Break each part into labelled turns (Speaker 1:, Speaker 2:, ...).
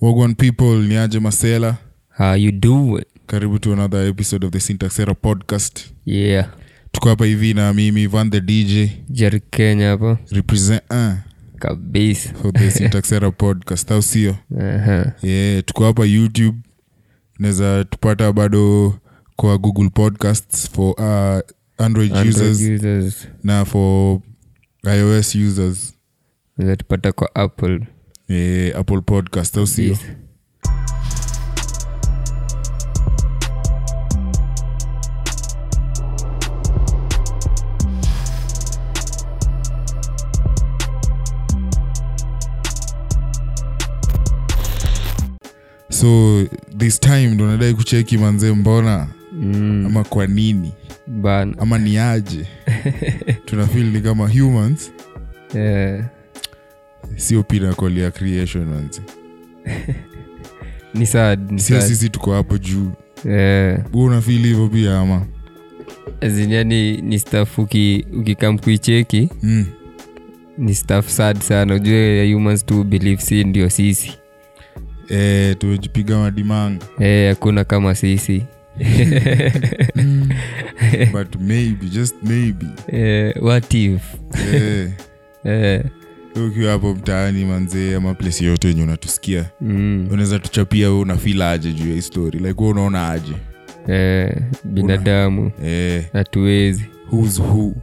Speaker 1: wagwan people niaje masela
Speaker 2: how you do it
Speaker 1: karibu to another episode of the syntaxera podcast
Speaker 2: yeah
Speaker 1: tuko hapa hivi na mimi van the dj
Speaker 2: jerry kenya hapo
Speaker 1: represent uh,
Speaker 2: kabisa
Speaker 1: for the syntaxera podcast au sio
Speaker 2: Aha.
Speaker 1: yeah, tuko hapa youtube unaweza tupata bado kwa google podcasts for uh, android,
Speaker 2: Android
Speaker 1: users
Speaker 2: users
Speaker 1: na for ios users
Speaker 2: zatupata kwa apple
Speaker 1: yeah, apple podcast au sio
Speaker 2: Yes.
Speaker 1: so this time ndo nadai kucheki manzee mbona
Speaker 2: mm,
Speaker 1: ama kwa nini
Speaker 2: bana
Speaker 1: ama ni aje tunafil ni kama humans
Speaker 2: yeah.
Speaker 1: sio pinnacle ya creation manze.
Speaker 2: ni sad ni
Speaker 1: sio
Speaker 2: sad
Speaker 1: sisi tuko hapo juu
Speaker 2: yeah.
Speaker 1: hu unafil hivyo pia ama
Speaker 2: zinyani ni staff uki, ukikam kuicheki
Speaker 1: mm.
Speaker 2: ni staff sad sana ujue humans to believe si ndio sisi
Speaker 1: e, tumejipiga madimanga
Speaker 2: Eh, hakuna kama sisi
Speaker 1: but maybe just maybe
Speaker 2: Eh, what if
Speaker 1: Eh,
Speaker 2: Eh,
Speaker 1: ukiwa hapo mtaani manzee ama place yoyote yenye unatusikia
Speaker 2: mm,
Speaker 1: unaweza tuchapia we unafil aje juu ya hii story like we unaona aje
Speaker 2: eh, binadamu
Speaker 1: eh,
Speaker 2: hatuwezi
Speaker 1: who's who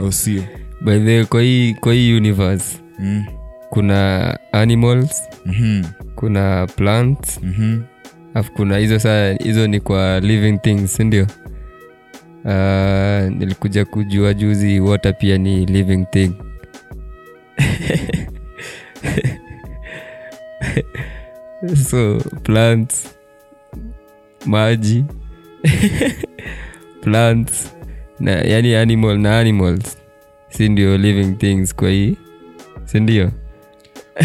Speaker 1: au sio
Speaker 2: by the way, kwa hii kwa hii universe
Speaker 1: mm.
Speaker 2: kuna animals
Speaker 1: mm-hmm.
Speaker 2: kuna plants
Speaker 1: Mm-hmm.
Speaker 2: alafu kuna hizo saa hizo ni kwa living things sindio uh, nilikuja kujua juzi water pia ni living thing so plants maji plants na yani animal na animals si ndio living things kwa hii sindio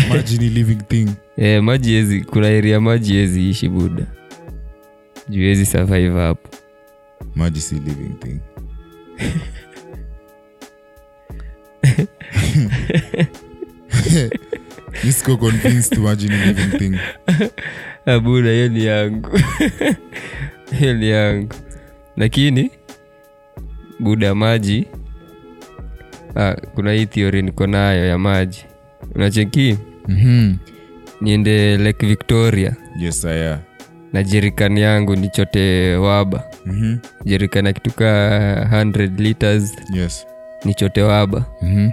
Speaker 1: maji ni living thing
Speaker 2: e, maji ezi kuna eria maji ezi ishi buda juu ezi survive hapo
Speaker 1: maji si living thing Mi siko convinced maji ni living thing
Speaker 2: Ah, buda hiyo ni yangu hiyo ni yangu lakini buda maji ah, kuna hii theory niko nayo ya maji unacheki
Speaker 1: mm-hmm.
Speaker 2: niende lake victoria
Speaker 1: yes aya
Speaker 2: na jerikani yangu nichote waba
Speaker 1: mm-hmm.
Speaker 2: jerikani ya kituka 100 liters
Speaker 1: yes
Speaker 2: nichote waba
Speaker 1: mm-hmm.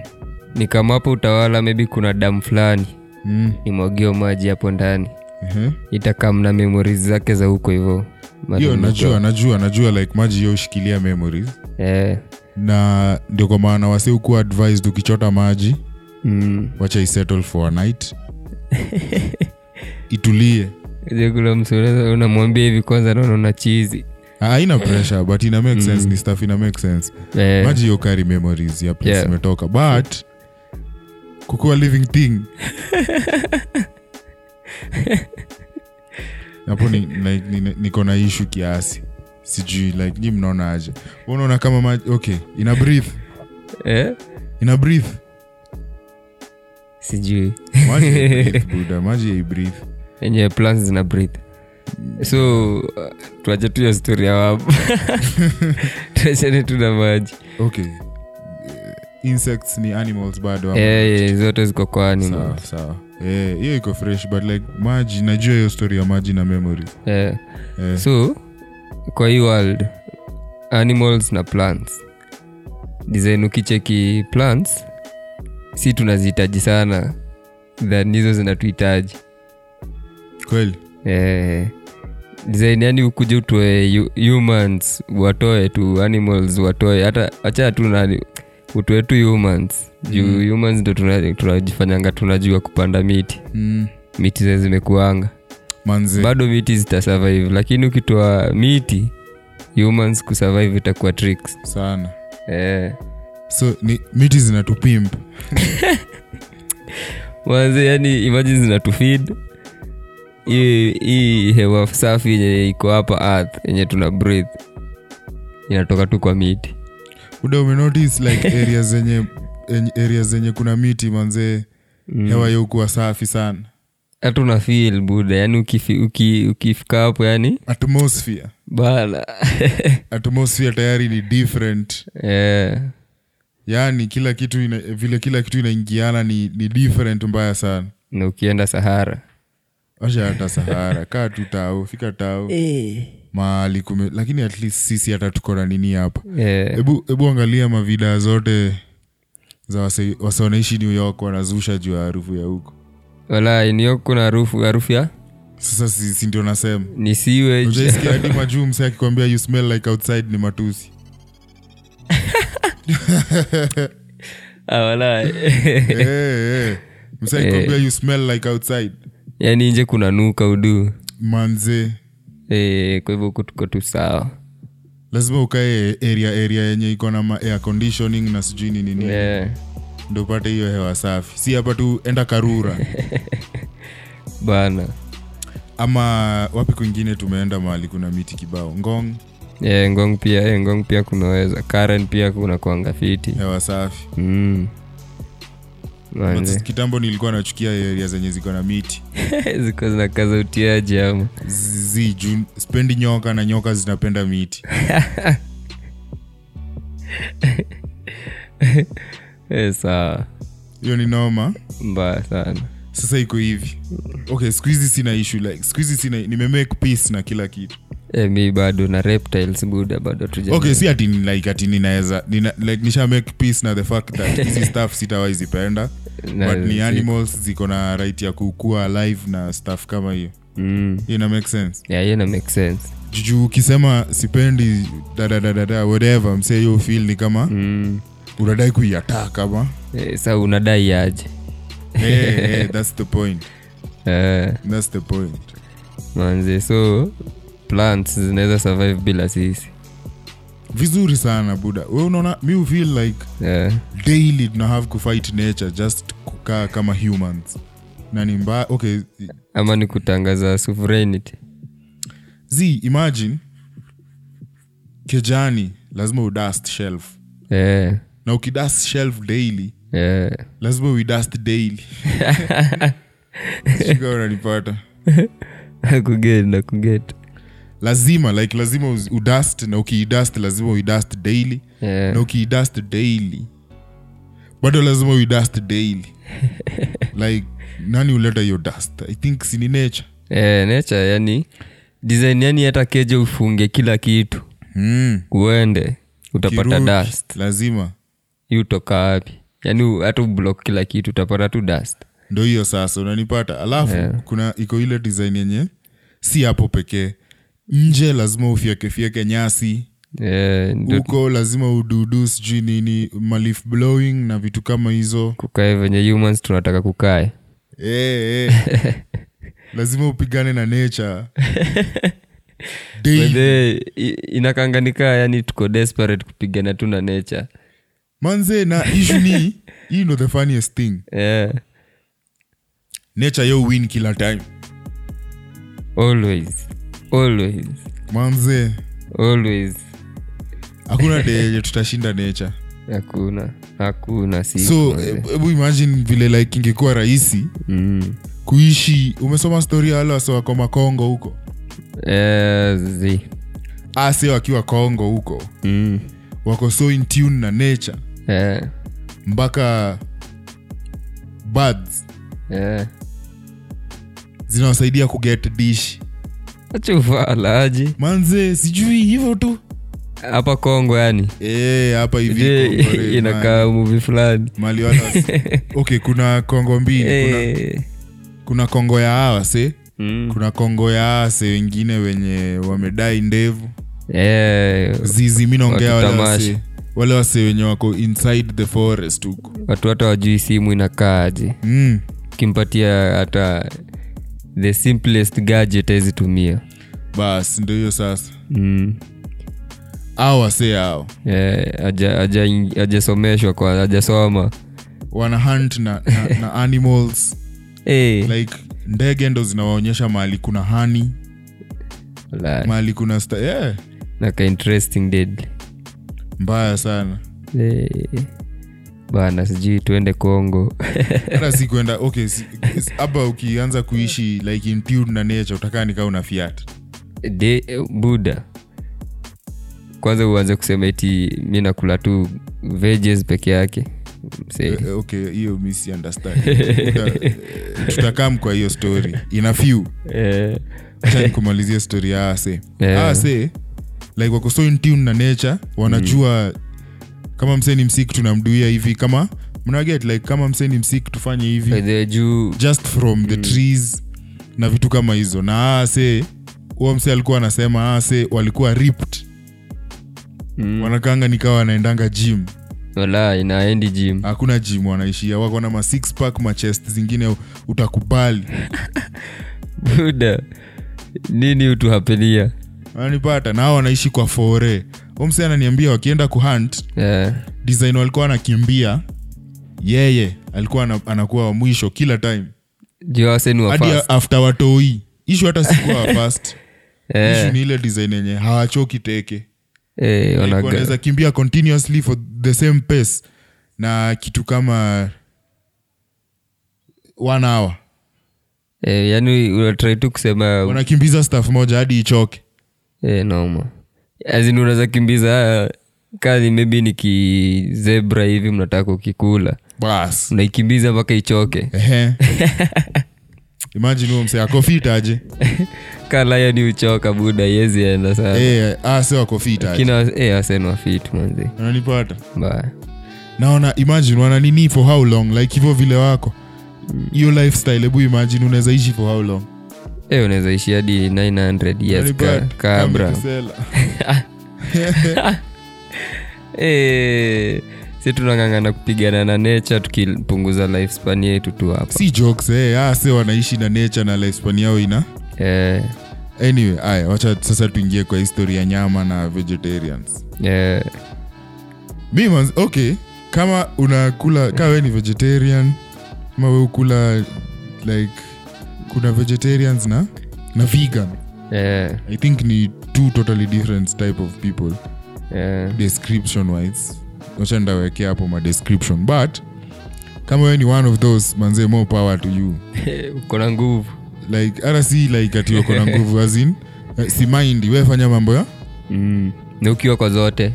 Speaker 2: nikamapa utawala maybe kuna damu fulani
Speaker 1: mm.
Speaker 2: nimwagio maji hapo ndani
Speaker 1: Mhm.
Speaker 2: itakamna memories zake za huko hivo
Speaker 1: hiyo najua najua najua like maji yoshikilia memories
Speaker 2: eh,
Speaker 1: na ndio kwa maana wasi ukuwa advised ukichota maji
Speaker 2: mm.
Speaker 1: wacha isettle for a night itulie
Speaker 2: Je, kula msureza unamwambia hivi kwanza naona una chizi
Speaker 1: Ah, haina pressure but ina make sense ni stuff ina make sense
Speaker 2: eh,
Speaker 1: maji hiyo carry memories ya place
Speaker 2: Yeah.
Speaker 1: imetoka but kukuwa living thing hapo ni- like, ni- niko na ishu kiasi sijui like nyi mnaona aje unaona kama maji okay ina breathe
Speaker 2: eh?
Speaker 1: ina breathe
Speaker 2: sijui
Speaker 1: maji haibreathe, buda maji haibreathe.
Speaker 2: enye plans zina breathe so uh, tuache tu ya stori ya waba tuachane tu na maji
Speaker 1: okay insects ni animals bado ama-
Speaker 2: eh, eh, zote ziko kwa animal
Speaker 1: sawa sawa Eh, hiyo iko fresh but like maji najua hiyo story ya maji na memory
Speaker 2: eh.
Speaker 1: Eh.
Speaker 2: so kwa hii world animals na plants design ukicheki plants si tunazihitaji sana than hizo zinatuhitaji
Speaker 1: kweli
Speaker 2: eh, design yani ukuja utoe hu- humans watoe tu animals watoe hata acha tu nani utoe tu humans juu mm. humans ndo tunajifanyanga tuna, tunajifanyanga tunajua kupanda miti
Speaker 1: mm.
Speaker 2: miti ze zimekuanga
Speaker 1: manze
Speaker 2: bado miti zitasurvive lakini ukitoa miti humans kusurvive itakuwa tricks
Speaker 1: sana
Speaker 2: eh.
Speaker 1: so ni miti zinatupimp
Speaker 2: wanze yani imagine zinatufid hii hii hewa safi yenye iko hapa earth yenye tuna breathe inatoka tu kwa miti
Speaker 1: uda umenotice like area Mm. zenye area zenye kuna miti manzee mm. hewa yokuwa safi sana
Speaker 2: hata una feel buda yani ukifi, uki, ukifika hapo yani
Speaker 1: atmosphere
Speaker 2: bana
Speaker 1: atmosphere tayari ni different
Speaker 2: Eh,
Speaker 1: yaani kila kitu ina, vile kila kitu inaingiana ni, ni different mbaya sana
Speaker 2: na ukienda sahara
Speaker 1: washa hata sahara kaa tu tao fika tao mahali kume lakini at least sisi hata tuko na nini hapa
Speaker 2: Eh,
Speaker 1: hebu hebu angalia mavidaa zote za wase- wase wanaishi new york wanazusha juu ya harufu ya huko
Speaker 2: walai niyo kuna harufu harufu ya
Speaker 1: sasa si, si ndio nasema
Speaker 2: ni sewage
Speaker 1: ujaisikia hadi majuu msee akikwambia you smell like outside ni matusi
Speaker 2: Ah, walai
Speaker 1: hey, hey. msee akikwambia you smell like outside
Speaker 2: yani nje kuna nuka uduu
Speaker 1: manze
Speaker 2: Eh, kwa hivyo huku tuko tu sawa
Speaker 1: lazima ukae area area yenye iko na ma- air conditioning na sijui ni nini
Speaker 2: Eh,
Speaker 1: ndo upate hiyo hewa safi si hapa tu enda karura
Speaker 2: bana
Speaker 1: ama wapi kwingine tumeenda mahali kuna miti kibao ngong
Speaker 2: Eh, ngong pia eh, ngong pia kunaweza karen pia kuna kuanga fiti
Speaker 1: hewa safi
Speaker 2: mm. Manze.
Speaker 1: kitambo nilikuwa nachukia area zenye ziko na miti
Speaker 2: ziko zinakaza utiaji ama
Speaker 1: zi juu spendi nyoka na nyoka zinapenda miti
Speaker 2: Eh, sawa
Speaker 1: hiyo ni noma
Speaker 2: mbaya sana
Speaker 1: sasa iko hivi okay siku hizi sina issue like siku hizi sina nimemake peace na kila kitu
Speaker 2: e, mi bado na reptiles buda bado tuja
Speaker 1: okay si ati ni like ati ninaweza nina, like nisha make peace na the fact that hizi stuff sitawaizipenda
Speaker 2: Na-
Speaker 1: but ni animals ziko na right ya kukua alive na stuff kama hiyo
Speaker 2: mm.
Speaker 1: Hiyo ina make sense
Speaker 2: yeah, hiyo ina make sense
Speaker 1: juu ukisema sipendi dadadadada whatever msee hiyo feel ni kama
Speaker 2: mm.
Speaker 1: unadai kuiataa kama
Speaker 2: e, sa unadai aje
Speaker 1: hey, hey, Eh, that's the point
Speaker 2: Eh,
Speaker 1: that's the point
Speaker 2: manze so plants zinaweza survive bila sisi
Speaker 1: vizuri sana buda we unaona mi ufeel like
Speaker 2: Eh,
Speaker 1: daily tuna have kufight nature just kukaa kama humans na ni mbaya okay
Speaker 2: ama ni kutangaza sovereignty
Speaker 1: z imagine kejani lazima udust shelf
Speaker 2: Eh,
Speaker 1: na ukidust shelf daily
Speaker 2: eh.
Speaker 1: lazima uidust daily Sijui kama unanipata
Speaker 2: kuget na kuget
Speaker 1: lazima like lazima uz- udust na ukiidust lazima uidust daily
Speaker 2: Eh,
Speaker 1: na ukiidust daily bado lazima uidust daily like nani huleta hiyo dust i think sini nature
Speaker 2: eh, nature yani design yani hata keje ufunge kila kitu
Speaker 1: mm.
Speaker 2: uende utapata
Speaker 1: Kirudi,
Speaker 2: dust
Speaker 1: lazima
Speaker 2: hii utoka wapi yani u- hata ublock kila kitu utapata tu dust
Speaker 1: ndo hiyo sasa unanipata alafu
Speaker 2: Yeah.
Speaker 1: kuna iko ile design yenye si hapo pekee nje lazima ufyekefyeke nyasi
Speaker 2: Eh, ndio
Speaker 1: huko lazima ududu sijui nini malif blowing na vitu kama hizo
Speaker 2: kukae venye humans tunataka kukae
Speaker 1: hey, hey. Eh, lazima upigane na nature Daily.
Speaker 2: Wethe, i- inakanganika yani tuko desperate kupigana tu na nature
Speaker 1: manze na ishu ni hii ndo the funniest thing
Speaker 2: Eh,
Speaker 1: nature yo win kila time
Speaker 2: always always
Speaker 1: manze
Speaker 2: always
Speaker 1: hakuna day yenye tutashinda nature
Speaker 2: hakuna hakuna siku
Speaker 1: so eh,
Speaker 2: manze.
Speaker 1: hebu- hebu imagine vile like ingekuwa rahisi
Speaker 2: Mm.
Speaker 1: kuishi umesoma stori wale wase wako makongo huko
Speaker 2: Eh, zi.
Speaker 1: ase wakiwa kongo huko
Speaker 2: Mm.
Speaker 1: wako so in tune na nature
Speaker 2: Eh,
Speaker 1: mpaka birds
Speaker 2: eh.
Speaker 1: zinawasaidia kuget dish
Speaker 2: Acha ufalaji
Speaker 1: manze sijui hivyo tu
Speaker 2: hapa kongo yani
Speaker 1: Eh, hapa hivi
Speaker 2: Je,
Speaker 1: Kongo, eh,
Speaker 2: inakaa muvi fulani
Speaker 1: mali wala wasi- okay kuna kongo mbili kuna,
Speaker 2: Eh.
Speaker 1: kuna kongo ya awase
Speaker 2: Mm.
Speaker 1: kuna kongo ya awase wengine wenye wamedai ndevu
Speaker 2: Eh,
Speaker 1: zizi mi naongea wale
Speaker 2: Wakitamasha.
Speaker 1: wase wale wase wenye wako inside the forest huko
Speaker 2: watu hata wajui simu inakaaje
Speaker 1: mm.
Speaker 2: ukimpatia hata the simplest gadget awezitumia
Speaker 1: bas ndo hiyo sasa
Speaker 2: mm.
Speaker 1: au wase ao
Speaker 2: eh, aja- aja- ajasomeshwa kwa ajasoma
Speaker 1: wana hunt na, na, na animals
Speaker 2: Eh,
Speaker 1: like ndege ndo zinawaonyesha mahali kuna hani
Speaker 2: la-
Speaker 1: mahali kuna sta- yeah.
Speaker 2: naka interesting deadly
Speaker 1: mbaya sana
Speaker 2: Eh, bana sijui tuende kongo
Speaker 1: hata si kwenda okay si- is- hapa ukianza kuishi like in tune na nature utakaa nikaa una fiat
Speaker 2: de buda kwanza uanze kusema eti mi nakula tu veges peke yake Msee.
Speaker 1: Eh, okay hiyo misunderstand Uta- eh, tutakam kwa hiyo story ina few
Speaker 2: Eh,
Speaker 1: Acha nikumalizie story ya ase
Speaker 2: Eh.
Speaker 1: ase like wako so in tune na nature wanajua kama msee ni msik tunamduia hivi kama mnaget like kama msee ni msik tufanye hivi
Speaker 2: by the way, juu
Speaker 1: just from the trees na vitu kama hizo na ase huo mse alikuwa anasema ase walikuwa ripped
Speaker 2: Mm.
Speaker 1: wanakanga nikawa wanaendanga gym
Speaker 2: wala inaendi jim
Speaker 1: hakuna gym wanaishia wako na ma six pack ma chest zingine utakubali
Speaker 2: buda nini utuhapelia
Speaker 1: ananipata na hao wanaishi kwa fore omse ananiambia wakienda kuhunt
Speaker 2: Eh,
Speaker 1: design walikuwa anakimbia yeye alikuwa ana, anakuwa wa mwisho kila time
Speaker 2: juu wasenu
Speaker 1: hadi after watoi ishu hata sikuwa wa first
Speaker 2: Eh,
Speaker 1: ishu ni ile design yenye hawachoki teke
Speaker 2: eh,
Speaker 1: Like, wanaweza kimbia continuously for the same pace na kitu kama one hour
Speaker 2: eh, yani unatrai tu kusema
Speaker 1: wanakimbiza staff moja hadi ichoke
Speaker 2: eh, noma azin unaweza kimbiza ah, kazi maybe ni kizebra hivi mnataka kukikula
Speaker 1: bas
Speaker 2: unaikimbiza mpaka ichoke
Speaker 1: Ehe. imagine huo msee akofitaje
Speaker 2: kalayani uchoka buda iezi enda sana
Speaker 1: Eh, ase wakofitaje
Speaker 2: Eh. kina eh, wasenu wafitu manzi
Speaker 1: unanipata
Speaker 2: mbaya
Speaker 1: naona imagine wananini for how long like hivyo vile wako hiyo lifestyle hebu imagine unaweza ishi for how long Yaani
Speaker 2: Eh, unaweza ishi hadi 900 years ka,
Speaker 1: Unanipata?
Speaker 2: ka Abraham.
Speaker 1: Kamekisela.
Speaker 2: Eh, si tunang'ang'ana kupigana na nature tukipunguza lifespan yetu tu hapa
Speaker 1: si jokes eh, ase wanaishi na nature na lifespan yao ina
Speaker 2: eh,
Speaker 1: anyway aya wacha sasa tuingie kwa historia ya nyama na vegetarians
Speaker 2: eh,
Speaker 1: mi manz- okay kama unakula kaa we ni vegetarian ama we ukula like kuna vegetarians na na vegan
Speaker 2: eh,
Speaker 1: i think ni two totally different type of people
Speaker 2: eh,
Speaker 1: description wise wacha ndawekea hapo ma description but kama we ni one of those manze more power to you
Speaker 2: uko na nguvu
Speaker 1: like hata si like ati wako na nguvu as in eh, si mind wefanya mambo ya
Speaker 2: mm. na ukiwa kwa zote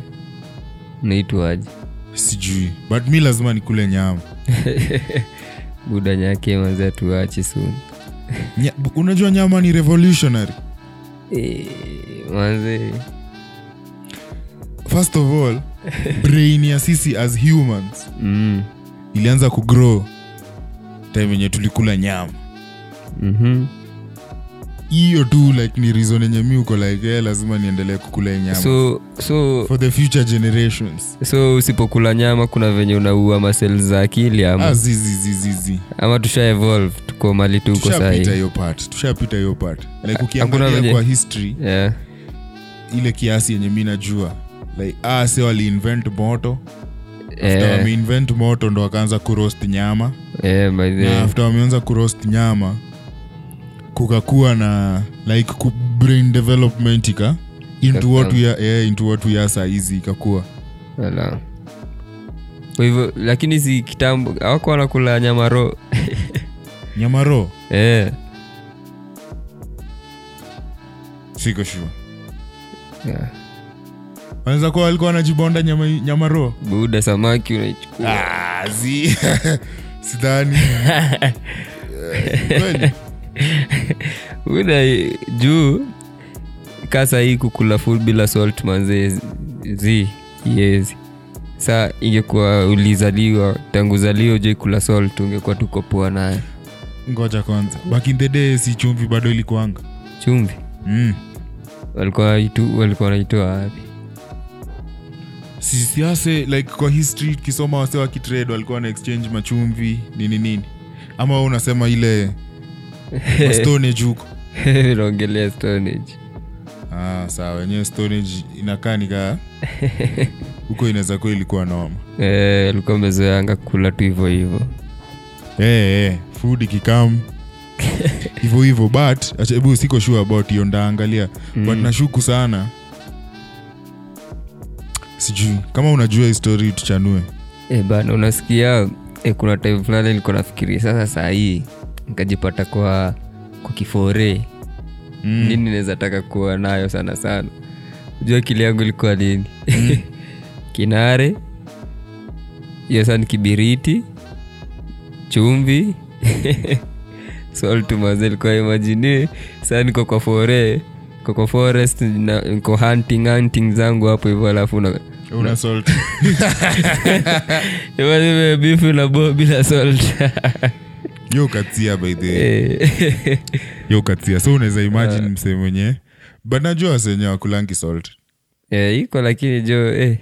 Speaker 2: naitwaji
Speaker 1: sijui but mi lazima nikule nyama
Speaker 2: buda nyake mazi atuachi suni
Speaker 1: Nya, bu- unajua nyama ni revolutionary
Speaker 2: Eh, manzi
Speaker 1: first of all brain ya sisi as humans
Speaker 2: mm.
Speaker 1: ilianza kugrow time yenye tulikula nyama
Speaker 2: mhm.
Speaker 1: hiyo tu like ni reason yenye mi uko like eh, lazima niendelee kukula hii nyama
Speaker 2: so so
Speaker 1: for the future generations
Speaker 2: so usipokula nyama kuna venye unaua masel za akili ama,
Speaker 1: Ah, zi, zi, zi, zi, zi.
Speaker 2: ama tusha evolve tuko mali tuko
Speaker 1: tushapita
Speaker 2: sahii
Speaker 1: hiyo part tushapita hiyo part like
Speaker 2: venye-
Speaker 1: ukiangalia kwa history
Speaker 2: yeah.
Speaker 1: ile kiasi yenye mi najua like ah, se waliinvent moto after
Speaker 2: eh,
Speaker 1: wameinvent moto ndo wakaanza kurost nyama
Speaker 2: eh, by the
Speaker 1: na after wameanza kurost nyama kukakuwa na like ku brain development ika into
Speaker 2: Kakua.
Speaker 1: what we are, yeah, into what we are saa hizi ikakuwa
Speaker 2: Ala. kwa hivyo lakini si kitambo awako wanakula nyamaro
Speaker 1: nyama ro
Speaker 2: eh,
Speaker 1: siko sure
Speaker 2: yeah.
Speaker 1: wanaweza kuwa walikuwa wanajibonda nyama, nyama ro
Speaker 2: buda samaki unaichukua
Speaker 1: Ah, zi- sidhani Eh, kweli.
Speaker 2: buda eh, juu kasa hii kukula food bila salt manze zi yezi saa ingekuwa ulizaliwa tangu zalio je kula salt ungekuwa tuko poa naye
Speaker 1: ngoja kwanza back in the day si chumvi bado ilikuanga
Speaker 2: chumvi
Speaker 1: mm.
Speaker 2: walikuwa wanaitu- walikuwa wanaitoa wapi
Speaker 1: sisiase like kwa history tukisoma wase wa kitrade walikuwa na exchange machumvi nini nini ama wewe unasema ile ma Stone huko
Speaker 2: naongelea stonage
Speaker 1: ah, sawa wenyewe stonage inakaa nikaa huko inaweza kuwa ilikuwa noma
Speaker 2: Eh, alikuwa amezoeanga kula tu hivyo hivyo
Speaker 1: hey, hey, Eh, food ikikam hivyo hivyo but acha- hebu siko sure about hiyo ndaangalia mm. but nashuku sana sijui kama unajua histori tuchanue
Speaker 2: e bana unasikia e, kuna time fulani nilikuwa nafikiria sasa sahii nikajipata kwa kwa kifore mm. nini naweza taka kuwa nayo sana sana jua kili yangu ilikuwa nini mm. kinare hiyo saa ni kibiriti chumvi soltumaze likuwa imajini saa niko kwa fore niko kwa forest na- niko hunting hunting zangu hapo hivyo alafu na-
Speaker 1: una salt
Speaker 2: Imagine bifu na bo bila salt
Speaker 1: yo ukatia by the way.
Speaker 2: Eh.
Speaker 1: yo ukatia so unaweza imagine msee mwenye but najua wasenye wakulangi salt
Speaker 2: Eh, iko lakini jo eh,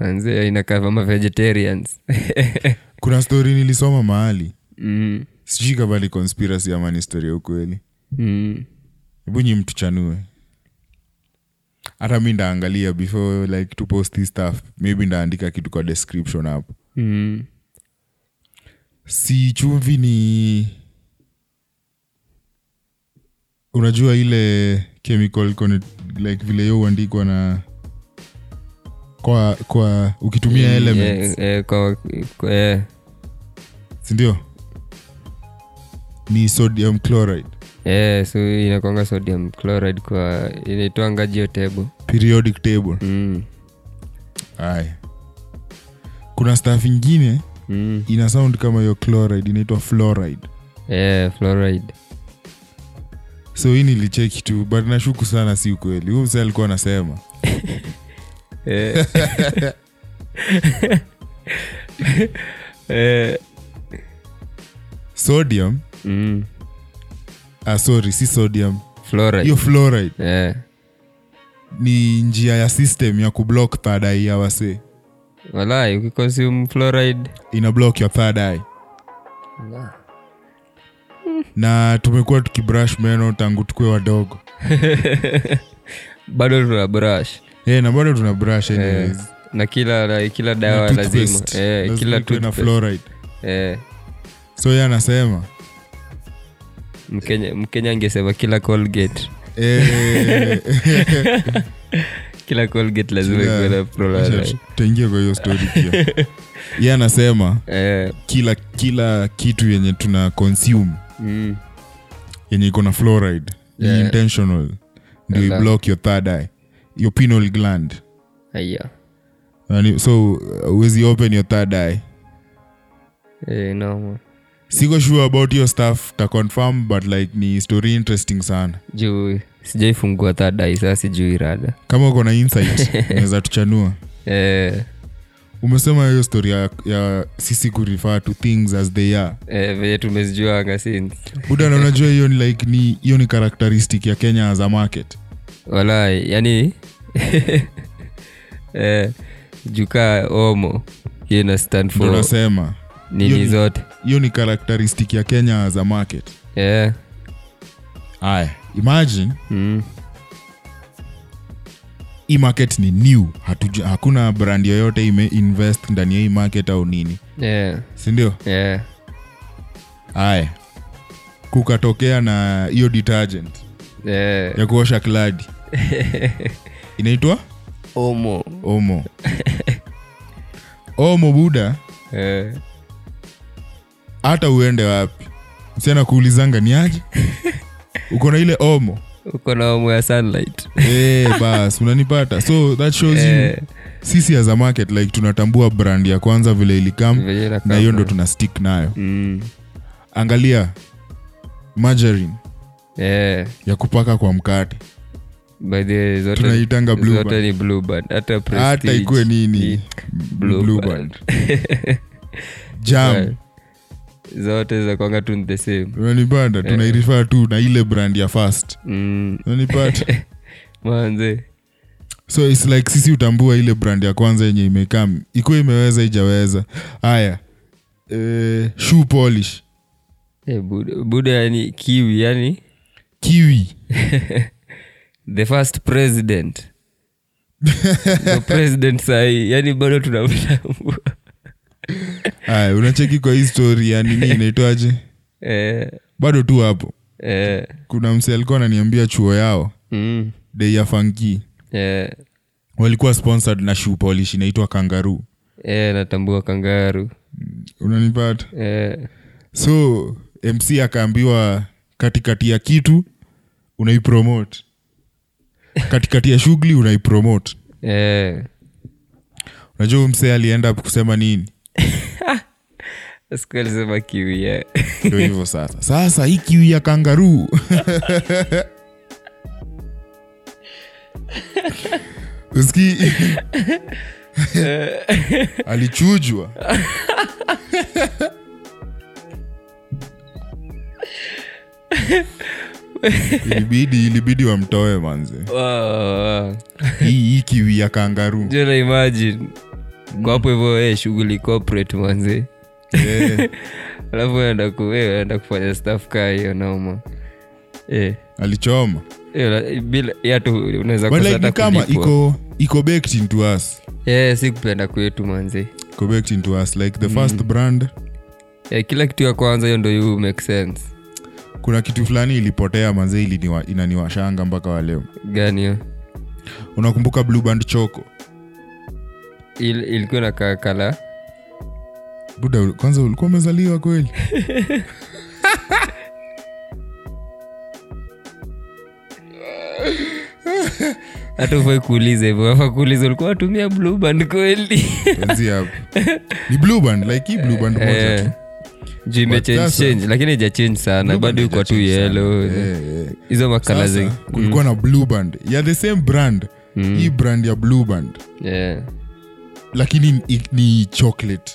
Speaker 2: manze inakaa kama vegetarians
Speaker 1: kuna stori nilisoma mahali
Speaker 2: mm,
Speaker 1: sijui kama ni conspiracy ama ni story ya ukweli
Speaker 2: mm.
Speaker 1: hebu nyi mtuchanue hata mi ndaangalia before like to post his stuff maybe ndaandika kitu kwa description hapo
Speaker 2: Mm.
Speaker 1: si chumvi ni unajua ile chemical connect, like vile yo uandikwa na kwa kwa ukitumia mm, elements
Speaker 2: Eh, eh, kwa, kwa, eh,
Speaker 1: sindio ni sodium chloride
Speaker 2: eh, so inakwanga sodium chloride kwa inaitwanga geotable
Speaker 1: periodic table
Speaker 2: mm.
Speaker 1: aya kuna staff ingine
Speaker 2: mm.
Speaker 1: ina sound kama hiyo chloride inaitwa fluoride
Speaker 2: eh, fluoride
Speaker 1: so hii nilicheki tu but nashuku sana si ukweli huyu msee alikuwa anasema
Speaker 2: eh. eh.
Speaker 1: sodium
Speaker 2: Mm.
Speaker 1: ah, sorry si sodium
Speaker 2: fluoride
Speaker 1: hiyo fluoride
Speaker 2: eh.
Speaker 1: ni njia ya system ya kublock third eye ya wasee
Speaker 2: walai ukiconsume fluoride
Speaker 1: ina block your third eye na tumekuwa tukibrush meno tangu tukue wadogo
Speaker 2: bado tuna brush
Speaker 1: hey, Eh, na bado tuna brush anyways.
Speaker 2: na kila na kila
Speaker 1: Na
Speaker 2: dawa Eh, lazima
Speaker 1: toothpaste.
Speaker 2: eh, kila
Speaker 1: tuwe na
Speaker 2: toothpaste.
Speaker 1: fluoride
Speaker 2: eh,
Speaker 1: so ye anasema
Speaker 2: mkenya mkenya angesema kila colgate
Speaker 1: eh,
Speaker 2: kila colgate lazima
Speaker 1: Yeah.
Speaker 2: ikuwe na fluoride.
Speaker 1: Acha tuingie kwa hiyo story pia ye anasema
Speaker 2: eh,
Speaker 1: kila kila kitu yenye tuna consume
Speaker 2: mm,
Speaker 1: yenye iko na fluoride yeah.
Speaker 2: Yeah.
Speaker 1: ni intentional ndio
Speaker 2: Yeah.
Speaker 1: iblock your third eye your pineal gland
Speaker 2: aya
Speaker 1: Yaani, so uwezi open your third eye
Speaker 2: eh, noma
Speaker 1: siko sure about hiyo stuff ta confirm but like ni story interesting sana
Speaker 2: juu sijaifungua thadai saa sijui rada
Speaker 1: kama uko na insight unaweza tuchanua
Speaker 2: eh,
Speaker 1: umesema hiyo story ya, ya sisi kurefer to things as they are
Speaker 2: eh, venye tumezijuanga sin
Speaker 1: buda na unajua hiyo ni like ni hiyo ni characteristic ya kenya as a market
Speaker 2: walai yani eh, jukaa omo hiyo ina stand
Speaker 1: ndo
Speaker 2: for
Speaker 1: nasema hiyo
Speaker 2: nini
Speaker 1: ni-
Speaker 2: zote
Speaker 1: hiyo ni characteristic ya kenya as a market
Speaker 2: eh,
Speaker 1: aya imagine
Speaker 2: mm,
Speaker 1: hii market ni new Hatuja, hakuna brand yoyote imeinvest ndani ya hii market au nini
Speaker 2: eh,
Speaker 1: sindio
Speaker 2: eh,
Speaker 1: aya kukatokea na hiyo detergent
Speaker 2: eh,
Speaker 1: ya kuosha kladi inaitwa
Speaker 2: omo
Speaker 1: omo omo buda
Speaker 2: eh,
Speaker 1: hata uende wapi msichana kuulizanga ni aje uko na ile omo
Speaker 2: uko na omo ya sunlight
Speaker 1: Eh, bas unanipata so that shows you
Speaker 2: Eh,
Speaker 1: sisi as a market like tunatambua brand ya kwanza vile ilikam
Speaker 2: venye
Speaker 1: na
Speaker 2: inakaa.
Speaker 1: hiyo ndo tuna stick nayo
Speaker 2: Mm,
Speaker 1: angalia margarine
Speaker 2: eh,
Speaker 1: ya kupaka kwa mkate
Speaker 2: by the way, zote-
Speaker 1: tunaitanga Blue
Speaker 2: zote
Speaker 1: Band.
Speaker 2: ni blue band hata
Speaker 1: hata
Speaker 2: Prestige
Speaker 1: ikue nini
Speaker 2: ni
Speaker 1: blue
Speaker 2: Blue
Speaker 1: band.
Speaker 2: Band.
Speaker 1: jam
Speaker 2: Eh, zote zakwanga tu the same
Speaker 1: unanipata tunairifa tu na ile brand ya fast
Speaker 2: mm,
Speaker 1: unanipata
Speaker 2: manze
Speaker 1: so its like sisi utambua ile brand ya kwanza yenye imekam ikuwa imeweza ijaweza haya eh, shoe polish
Speaker 2: Eh, buda, buda yani kiwi yani
Speaker 1: kiwi
Speaker 2: the first president the president sahii yani bado tunamtambua
Speaker 1: haya unacheki kwa hii story ya nini inaitwaje
Speaker 2: eh,
Speaker 1: bado tu hapo
Speaker 2: eh,
Speaker 1: kuna mse alikuwa ananiambia chuo yao
Speaker 2: mm,
Speaker 1: Hmm. dei ya fanki
Speaker 2: eh,
Speaker 1: walikuwa sponsored na shoe polish inaitwa kangaroo
Speaker 2: e, natambua kangaru
Speaker 1: unanipata
Speaker 2: e,
Speaker 1: so mc akaambiwa katikati ya kitu unaipromote katikati ya shughuli unaipromote
Speaker 2: e.
Speaker 1: unajua huyu msee alienda kusema nini
Speaker 2: siku alisema kiwia
Speaker 1: ndo hivyo sasa sasa hii kiwi ya kangaruu uski alichujwa ilibidi ilibidi wamtoe manze hii hii kiwi ya kangaruu
Speaker 2: jona imagine kwapo hivo e, shughuli corporate manze
Speaker 1: Eh,
Speaker 2: alafu naenda ku- eh, naenda kufanya staff kaa hiyo nauma Eh,
Speaker 1: alichoma
Speaker 2: eh, la- bila- ya tu unaweza
Speaker 1: But
Speaker 2: kosa
Speaker 1: like
Speaker 2: hata
Speaker 1: ni kama
Speaker 2: kulipwa.
Speaker 1: iko iko baked into us
Speaker 2: Eh, si kupenda kwetu manzi
Speaker 1: iko baked into us like
Speaker 2: Mm.
Speaker 1: the first brand
Speaker 2: Eh, kila kitu ya kwanza hiyo ndo you make sense
Speaker 1: kuna kitu fulani ilipotea manze iliniwa- inaniwashanga mpaka waleo
Speaker 2: gani hiyo
Speaker 1: unakumbuka blue band choko
Speaker 2: Il, ilikuwa na kakala
Speaker 1: buda ul- kwanza ulikuwa umezaliwa kweli
Speaker 2: hata ufai kuuliza hivyo afa kuuliza ulikuwa watumia bluban kweli
Speaker 1: Tuanzie hapo ni blue band like hii blue band moja tu.
Speaker 2: Eh, juu imechange
Speaker 1: sasa-
Speaker 2: change lakini haijachange sana bado yuko tu yelo
Speaker 1: Eh, eh.
Speaker 2: hizo makala
Speaker 1: Sasa,
Speaker 2: zi
Speaker 1: kulikuwa na blue band ya the same brand
Speaker 2: Mm.
Speaker 1: hii brand ya blue band
Speaker 2: Eh,
Speaker 1: lakini ni, ni chocolate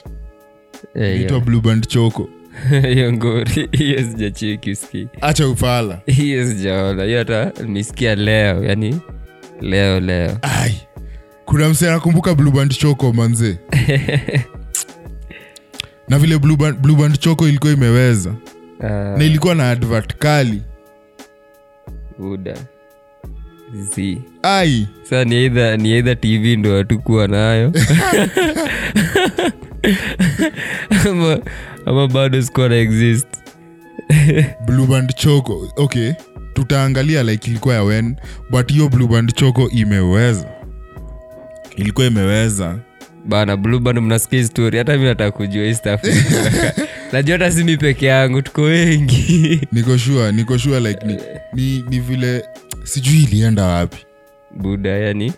Speaker 2: eh,
Speaker 1: inaitwa blue band choko
Speaker 2: hiyo ngori hiyo sijacheki uski
Speaker 1: acha ufala
Speaker 2: hiyo sijaona hiyo hata nimesikia leo yani leo leo
Speaker 1: ai kuna msee anakumbuka blue band choko manze na vile blue band, blue band choko ilikuwa imeweza
Speaker 2: Ah,
Speaker 1: na ilikuwa na advert kali
Speaker 2: buda z
Speaker 1: ai
Speaker 2: saa ni eidha ni eidha tv ndo hatukuwa nayo ama, ama bado sikuwa na exist
Speaker 1: blue band choko okay tutaangalia like ilikuwa ya wen but hiyo blue band choko imeweza ilikuwa imeweza
Speaker 2: bana bluban mnasikia hii story hata mi nataka kujua hii staff najua hata simi peke yangu tuko wengi
Speaker 1: niko sure niko sure like ni, ni, ni vile sijui ilienda wapi
Speaker 2: buda yani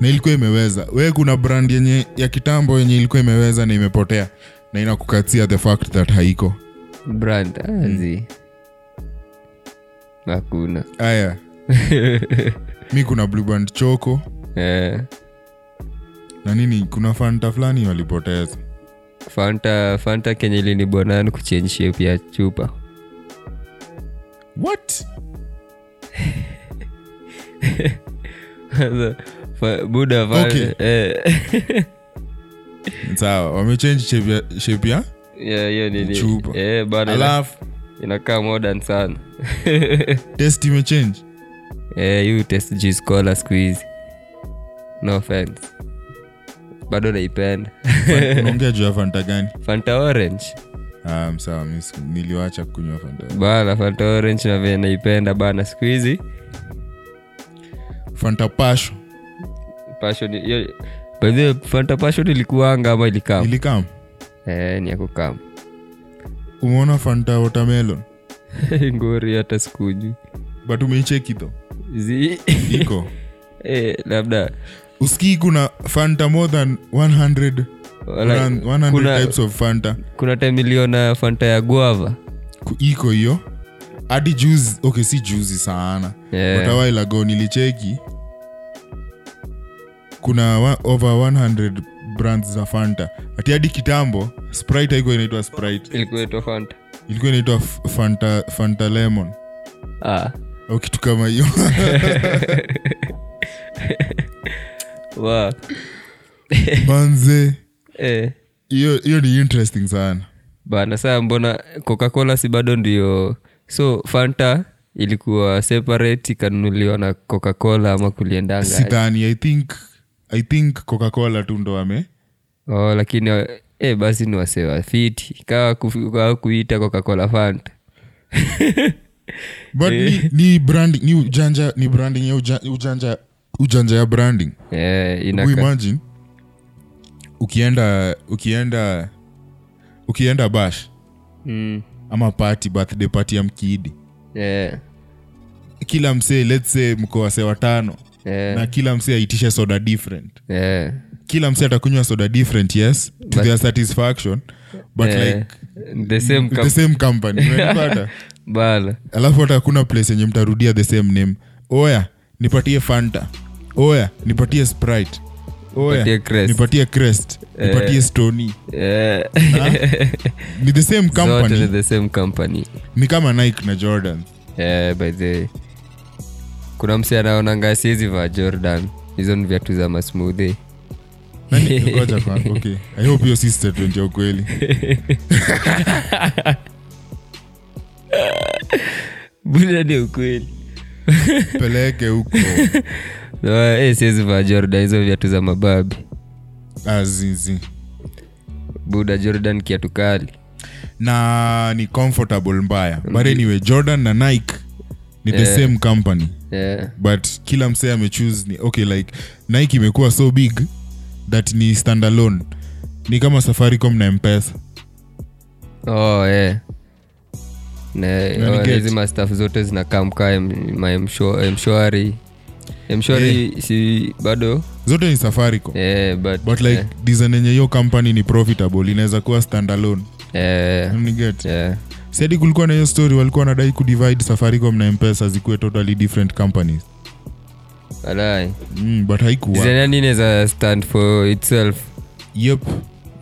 Speaker 1: na ilikuwa imeweza we kuna brand yenye ya kitambo yenye ilikuwa imeweza na imepotea na inakukatia the fact that haiko
Speaker 2: brand ah,
Speaker 1: Hmm.
Speaker 2: azi hakuna
Speaker 1: aya mi kuna blue band choko
Speaker 2: eh,
Speaker 1: na nini kuna fanta fulani walipoteza
Speaker 2: fanta fanta kenye linibonani kuchange shape ya chupa
Speaker 1: what
Speaker 2: Fa- buda fa-
Speaker 1: Okay.
Speaker 2: eh,
Speaker 1: sawa wamechange shape ya- shape ya
Speaker 2: ya- hiyo nini
Speaker 1: Chupa.
Speaker 2: eh, bana ina-
Speaker 1: alafu
Speaker 2: inakaa modern sana
Speaker 1: test imechange
Speaker 2: eh, you test jiskola siku hizi no offense bado naipenda
Speaker 1: Fan- unaongea juu ya fanta gani
Speaker 2: fanta orange
Speaker 1: um, sawa mi siku- niliwacha kunywa fanta
Speaker 2: bana fanta orange na vile naipenda bana siku hizi
Speaker 1: fanta pasho
Speaker 2: passion hiyo by the way, fanta passion ilikuanga ama ilikam
Speaker 1: ilikam
Speaker 2: eh, ni ya kukam
Speaker 1: umeona fanta watermelon
Speaker 2: ngori hata sikuju
Speaker 1: but umeicheki tho
Speaker 2: zi
Speaker 1: iko
Speaker 2: eh, labda
Speaker 1: uskii kuna fanta more than 100,
Speaker 2: wala-
Speaker 1: 100
Speaker 2: kuna-
Speaker 1: types of fanta
Speaker 2: kuna time iliona fanta ya guava
Speaker 1: Ku- iko hiyo hadi juzi okay si juzi sana
Speaker 2: Yeah.
Speaker 1: but a while ago nilicheki kuna wa, over 100 brands za fanta ati hadi kitambo sprite haikuwa inaitwa sprite
Speaker 2: ilikuwa itwa fanta
Speaker 1: ilikuwa inaitwa f- fanta, fanta lemon
Speaker 2: ah.
Speaker 1: au kitu kama hiyo
Speaker 2: wa
Speaker 1: manze
Speaker 2: eh.
Speaker 1: hiyo hiyo ni interesting sana
Speaker 2: bana saa mbona coca-cola si bado ndio so fanta ilikuwa separate ikanunuliwa na coca-cola ama kuliendanga
Speaker 1: sidhani i think i think coca-cola tu ndo ame
Speaker 2: oh, lakini eh, basi ni wasewa fiti kawa kuita coca-cola fanta
Speaker 1: but ni, ni brand ni ujanja ni branding ya uja, ujanja ujanja ya branding
Speaker 2: eh, inaka-
Speaker 1: uimagine ukienda ukienda ukienda bash
Speaker 2: mm. eh,
Speaker 1: ama party birthday party ya mkiidi
Speaker 2: yeah.
Speaker 1: kila msee let's say mko wasee watano
Speaker 2: Yeah.
Speaker 1: na kila msee aitishe soda different
Speaker 2: Yeah.
Speaker 1: kila msee atakunywa soda different yes to
Speaker 2: But-
Speaker 1: their satisfaction but
Speaker 2: Yeah.
Speaker 1: like
Speaker 2: eh. the same
Speaker 1: the
Speaker 2: camp-
Speaker 1: same company unanipata?
Speaker 2: bala
Speaker 1: alafu hata hakuna place yenye mtarudia the same name oya nipatie fanta oya nipatie sprite
Speaker 2: Nipatie
Speaker 1: oya
Speaker 2: Crest. Eh.
Speaker 1: nipatie crest nipatie stony Ah?
Speaker 2: yeah.
Speaker 1: ni the same
Speaker 2: eh, zote ni
Speaker 1: company
Speaker 2: the same company
Speaker 1: ni kama nike na jordan
Speaker 2: yeah, by the way. kuna msi anaonanga asiezi vaa jordan hizo ni viatu za masmudhi
Speaker 1: Nani- ngoja kwanza, okay. i hope hiyo si statement ya ukweli
Speaker 2: buda ni ukweli
Speaker 1: peleke huko
Speaker 2: No, eh, siezi vaa jordan hizo viatu za mababi
Speaker 1: azizi
Speaker 2: buda jordan kiatu kali
Speaker 1: na ni comfortable mbaya
Speaker 2: Mm.
Speaker 1: but anyway jordan na nike ni the
Speaker 2: Eh.
Speaker 1: same company
Speaker 2: yeah.
Speaker 1: but kila msee amechuse ni okay like nike imekuwa so big that ni standalone ni kama safaricom na mpesa
Speaker 2: oh, yeah. Ne,
Speaker 1: Na ni
Speaker 2: oh,
Speaker 1: get.
Speaker 2: hizi mastaf zote zinakamka mshwari mshwari si bado
Speaker 1: zote ni safaricom
Speaker 2: yeah, but,
Speaker 1: but like
Speaker 2: eh,
Speaker 1: design yenye hiyo company ni profitable inaweza kuwa standalone
Speaker 2: eh,
Speaker 1: niget
Speaker 2: yeah.
Speaker 1: siadi kulikuwa na hiyo story walikuwa wanadai kudivide safaricom na mpesa zikuwe totally different companies
Speaker 2: Walai.
Speaker 1: mm, but haikuwa
Speaker 2: Design yani inaweza stand for itself
Speaker 1: yep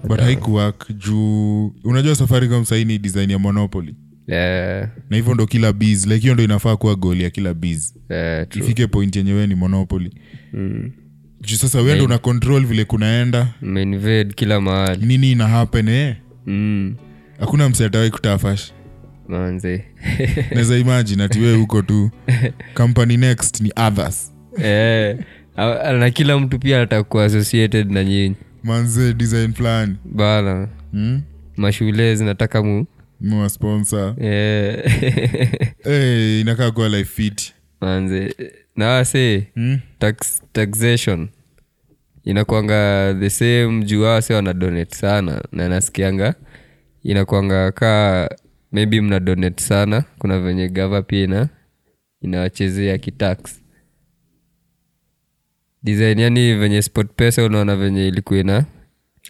Speaker 1: but haikuwak juu unajua safaricom sahii ni design ya monopoly
Speaker 2: yeah,
Speaker 1: na hivyo ndo kila biz like hiyo ndo inafaa kuwa goli ya kila biz
Speaker 2: yeah, true.
Speaker 1: ifike point yenye wewe ni monopoly
Speaker 2: Mm.
Speaker 1: juu sasa wewe ndo una control vile kunaenda
Speaker 2: Umeinvade kila mahali
Speaker 1: nini ina happen eh
Speaker 2: mm.
Speaker 1: hakuna mse atawai kutafash
Speaker 2: manze
Speaker 1: naweza imagine ati wewe huko tu company next ni others
Speaker 2: Eh, a- na kila mtu pia atakuwa associated na nyinyi
Speaker 1: manze design fulani
Speaker 2: bala
Speaker 1: hmm?
Speaker 2: mashule zinataka mu
Speaker 1: mwasponsor
Speaker 2: Eh.
Speaker 1: hey, inakaa kuwa life fit
Speaker 2: manze nawase
Speaker 1: hmm?
Speaker 2: tax, taxation inakwanga the same juu awase wanadonate sana na nasikianga inakwanga kaa maybe mna donate sana kuna venye gava pia ina inawachezea kitax design yani venye sport pesa unaona venye ilikuwa ina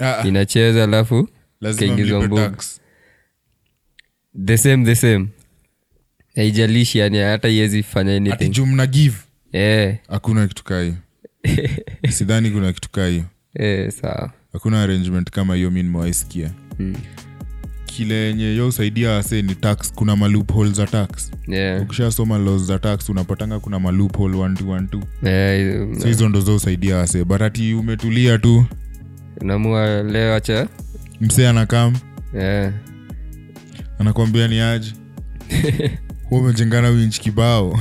Speaker 1: ah, ah,
Speaker 2: inacheza alafu
Speaker 1: lazima
Speaker 2: ikaingizwa
Speaker 1: mlipe
Speaker 2: mbuga.
Speaker 1: tax
Speaker 2: the same the same haijalishi yani hata iwezi fanya
Speaker 1: ati
Speaker 2: anything
Speaker 1: juu mna give
Speaker 2: eh,
Speaker 1: hakuna kitu kaa hiyo sidhani kuna kitu kaa hiyo
Speaker 2: eh, sawa
Speaker 1: hakuna arrangement kama hiyo mi nimewaisikia
Speaker 2: Mm.
Speaker 1: kile yenye yo usaidia wase ni tax kuna maloophole za tax
Speaker 2: yeah.
Speaker 1: ukishasoma laws za tax unapatanga kuna maloophole 1212
Speaker 2: Eh,
Speaker 1: so hizo ndo za usaidia wase but ati umetulia tu
Speaker 2: namua leo acha
Speaker 1: msee anakam
Speaker 2: eh,
Speaker 1: anakwambia ni aji huwa umejengana winch kibao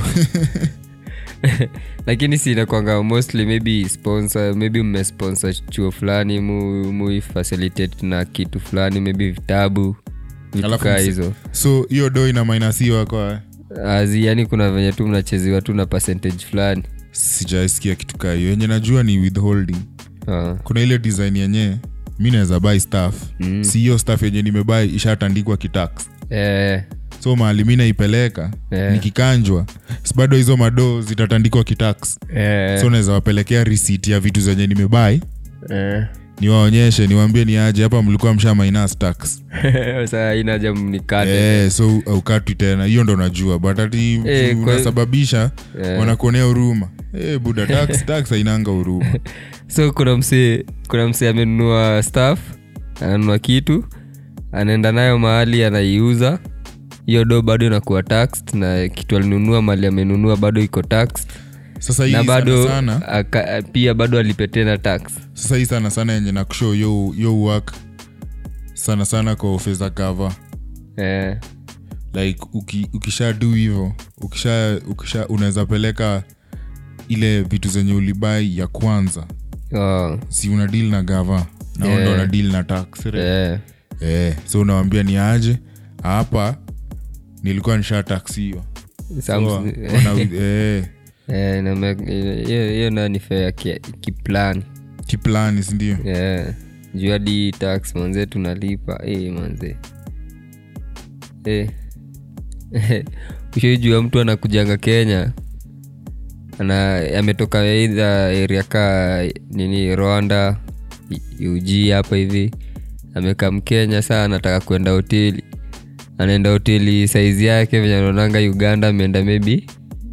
Speaker 2: lakini si inakwanga mostly maybe sponsor maybe mmesponsor chuo fulani mu, muifacilitate na kitu fulani maybe vitabu vitu
Speaker 1: Alafu
Speaker 2: kaa
Speaker 1: msi-
Speaker 2: hizo
Speaker 1: so hiyo ah, do ina mainasiwa kwa
Speaker 2: azi yani kuna venye tu mnacheziwa tu na percentage fulani
Speaker 1: sijaisikia kitu kaa hiyo yenye najua ni withholding
Speaker 2: Ah,
Speaker 1: kuna ile design yenye mi naweza bai staff mm. si hiyo staff yenye nimebai ishatandikwa kitax
Speaker 2: eh,
Speaker 1: so mahali mi naipeleka
Speaker 2: Yeah.
Speaker 1: nikikanjwa si bado hizo madoo zitatandikwa kitax
Speaker 2: eh,
Speaker 1: so naweza wapelekea receipt ya vitu zenye nimebai
Speaker 2: eh.
Speaker 1: niwaonyeshe niwaambie ni aje hapa mlikuwa msha minus tax
Speaker 2: saa inaja mnikate
Speaker 1: eh, so aukatwi tena hiyo ndo najua but ati
Speaker 2: Eh,
Speaker 1: juu
Speaker 2: kwa-
Speaker 1: unasababisha wanakuonea huruma Eh, buda tax tax hainanga huruma
Speaker 2: so kuna msee kuna msee amenunua staff ananunua kitu anaenda nayo mahali anaiuza hiyo do bado inakuwa taxed na kitu alinunua mali amenunua bado iko taxed
Speaker 1: sasa hii
Speaker 2: na
Speaker 1: sana
Speaker 2: bado
Speaker 1: sana
Speaker 2: aka, pia bado alipe tena tax
Speaker 1: sasa hii sana sana yenye nakushow yo, yo work sana sana kwa ofeza cover
Speaker 2: eh,
Speaker 1: like uki, ukisha du hivo ukisha, ukisha unaweza peleka ile vitu zenye ulibai ya kwanza
Speaker 2: oh,
Speaker 1: si una deal na gava na yeah. ndo
Speaker 2: Yeah.
Speaker 1: una deal na tax yeah.
Speaker 2: eh,
Speaker 1: eh, so unawambia ni aje hapa nilikuwa nisha taksiwa
Speaker 2: some-
Speaker 1: eh,
Speaker 2: eh, iname- hiyo- hiyo nayo ni fair ya ki- kiplani
Speaker 1: kiplani sindio
Speaker 2: yeah. juu hadi tax manzee tunalipa Eh, hey, manzee hey. ushaijua mtu anakujanga kenya ana ametoka eidha area ka nini rwanda I- ug hapa hivi amekaa mkenya saa anataka kuenda hoteli anaenda hoteli saizi yake venye anaonanga uganda ameenda maybe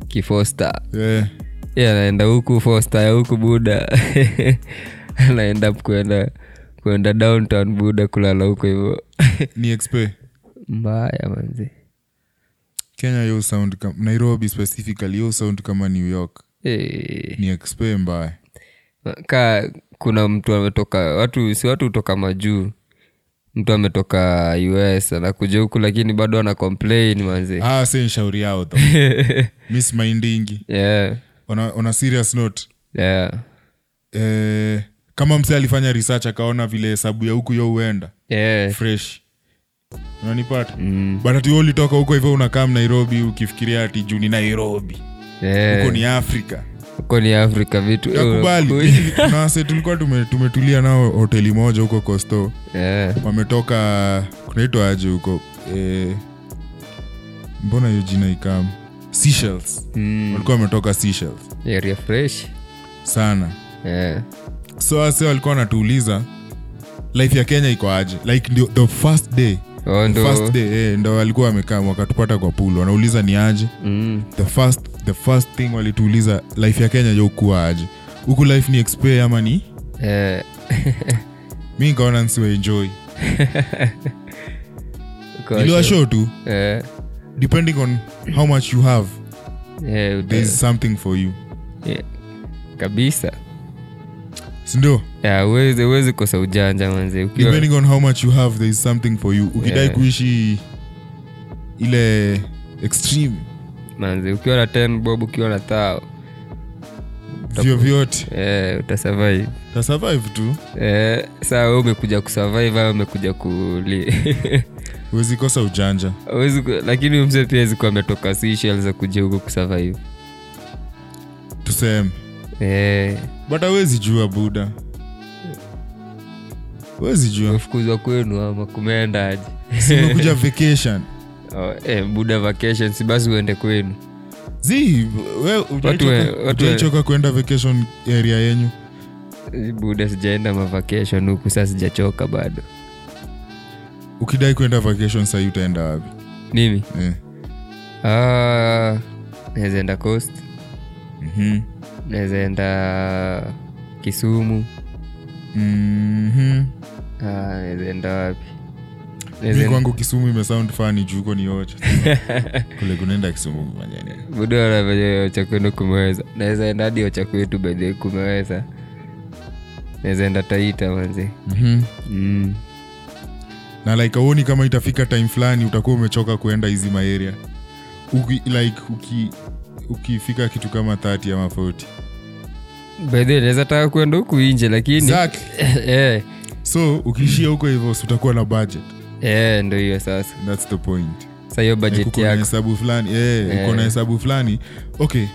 Speaker 2: kifosta
Speaker 1: yeah.
Speaker 2: yeah, anaenda huku fosta ya huku buda anaenda kuenda kuenda downtown buda kulala huko hivyo
Speaker 1: ni expe
Speaker 2: mbaya manzi
Speaker 1: kenya yo sound kam- nairobi specifically yo sound kama new york
Speaker 2: hey.
Speaker 1: ni expe mbaya
Speaker 2: Eh, ka kuna mtu ametoka watu si watu hutoka majuu mtu ametoka us anakuja huku lakini bado ana complain manzi
Speaker 1: ah, si shauri yao tho miss mindingi
Speaker 2: yeah,
Speaker 1: on a, on a serious note
Speaker 2: yeah,
Speaker 1: eh, kama msee alifanya research akaona vile hesabu ya huku yo huenda
Speaker 2: yeah.
Speaker 1: fresh unanipata
Speaker 2: Mm,
Speaker 1: but ati wewe ulitoka huko hivyo unakaa nairobi ukifikiria ati juu ni nairobi huko
Speaker 2: yeah.
Speaker 1: ni afrika
Speaker 2: huko ni afrika vitu
Speaker 1: takubali kuna wase tulikuwa tume- tumetulia nao hoteli moja huko costo
Speaker 2: yeah.
Speaker 1: wametoka kunaitwa aje huko eh, mbona hiyo jina ikam Seychelles.
Speaker 2: mm,
Speaker 1: walikuwa wametoka Seychelles
Speaker 2: area fresh
Speaker 1: sana
Speaker 2: yeah.
Speaker 1: so wase walikuwa wanatuuliza life ya kenya iko aje like ndio the first day
Speaker 2: Oh,
Speaker 1: the
Speaker 2: ndo-
Speaker 1: first day eh, ndo walikuwa wamekaa wakatupata kwa pool wanauliza ni aje
Speaker 2: mm,
Speaker 1: the first, the first thing walituuliza life ya kenya jokuwa aje huku life ni expe ama ni
Speaker 2: yeah.
Speaker 1: mi nikaona nsiwaenjoy
Speaker 2: Huko
Speaker 1: iliwa
Speaker 2: washo-
Speaker 1: show tu
Speaker 2: yeah.
Speaker 1: depending on how much you have
Speaker 2: Yeah,
Speaker 1: there is something for you
Speaker 2: yeah. kabisa
Speaker 1: sindio
Speaker 2: Yeah, huwezi huwezi kosa ujanja manze ukiwa
Speaker 1: depending on how much you have there is something for you ukidai
Speaker 2: Yeah.
Speaker 1: kuishi ile extreme
Speaker 2: manze ukiwa na 10 bob ukiwa na tao
Speaker 1: vyo vyote
Speaker 2: eh, utasurvive
Speaker 1: tasurvive tu
Speaker 2: eh, saa we umekuja kusurvive au umekuja kuli
Speaker 1: huwezi kosa ujanja
Speaker 2: Huwezi ku- lakini huyu mzee pia zikuwa ametoka Seychelles akuja huko kusurvive
Speaker 1: tuseme
Speaker 2: eh,
Speaker 1: but awezi jua buda huwezi jua
Speaker 2: mefukuzwa kwenu ama kumeenda aje
Speaker 1: simekuja vacation
Speaker 2: oh, eh, buda vacation si basi uende kwenu
Speaker 1: zi we-
Speaker 2: we-
Speaker 1: hujaichoka-
Speaker 2: watu we-
Speaker 1: hujaichoka kuenda vacation area yenyu
Speaker 2: Eh, buda sijaenda mavacation huku saa sijachoka bado
Speaker 1: ukidai kuenda vacation sahii utaenda wapi
Speaker 2: mimi
Speaker 1: eh.
Speaker 2: ah, nawezaenda coast Mhm.
Speaker 1: mm-hmm.
Speaker 2: nawezaenda kisumu
Speaker 1: mm
Speaker 2: Ah, naeza enda wapi
Speaker 1: mi
Speaker 2: Naeza-
Speaker 1: kwangu kisumu imesound fani juuko ni ocha kule kunaenda kisumu manjani
Speaker 2: buda wana venye ocha kwenu kumeweza naweza enda hadi ocha kwetu bedhe kumeweza naweza enda taita manzi
Speaker 1: mm-hmm.
Speaker 2: mm.
Speaker 1: na like auoni kama itafika time fulani utakuwa umechoka kuenda hizi maeria uki, like uki ukifika kitu kama 30 ama 40
Speaker 2: bedhe naweza taka kwenda huku inje lakini
Speaker 1: Exactly.
Speaker 2: eh,
Speaker 1: so ukiishia huko hivyo si utakuwa na budget
Speaker 2: eh, ndo hiyo sasa
Speaker 1: thats the point
Speaker 2: sa hiyo budget
Speaker 1: uko na
Speaker 2: yako
Speaker 1: hesabu fulani eh, uko na hesabu fulani okay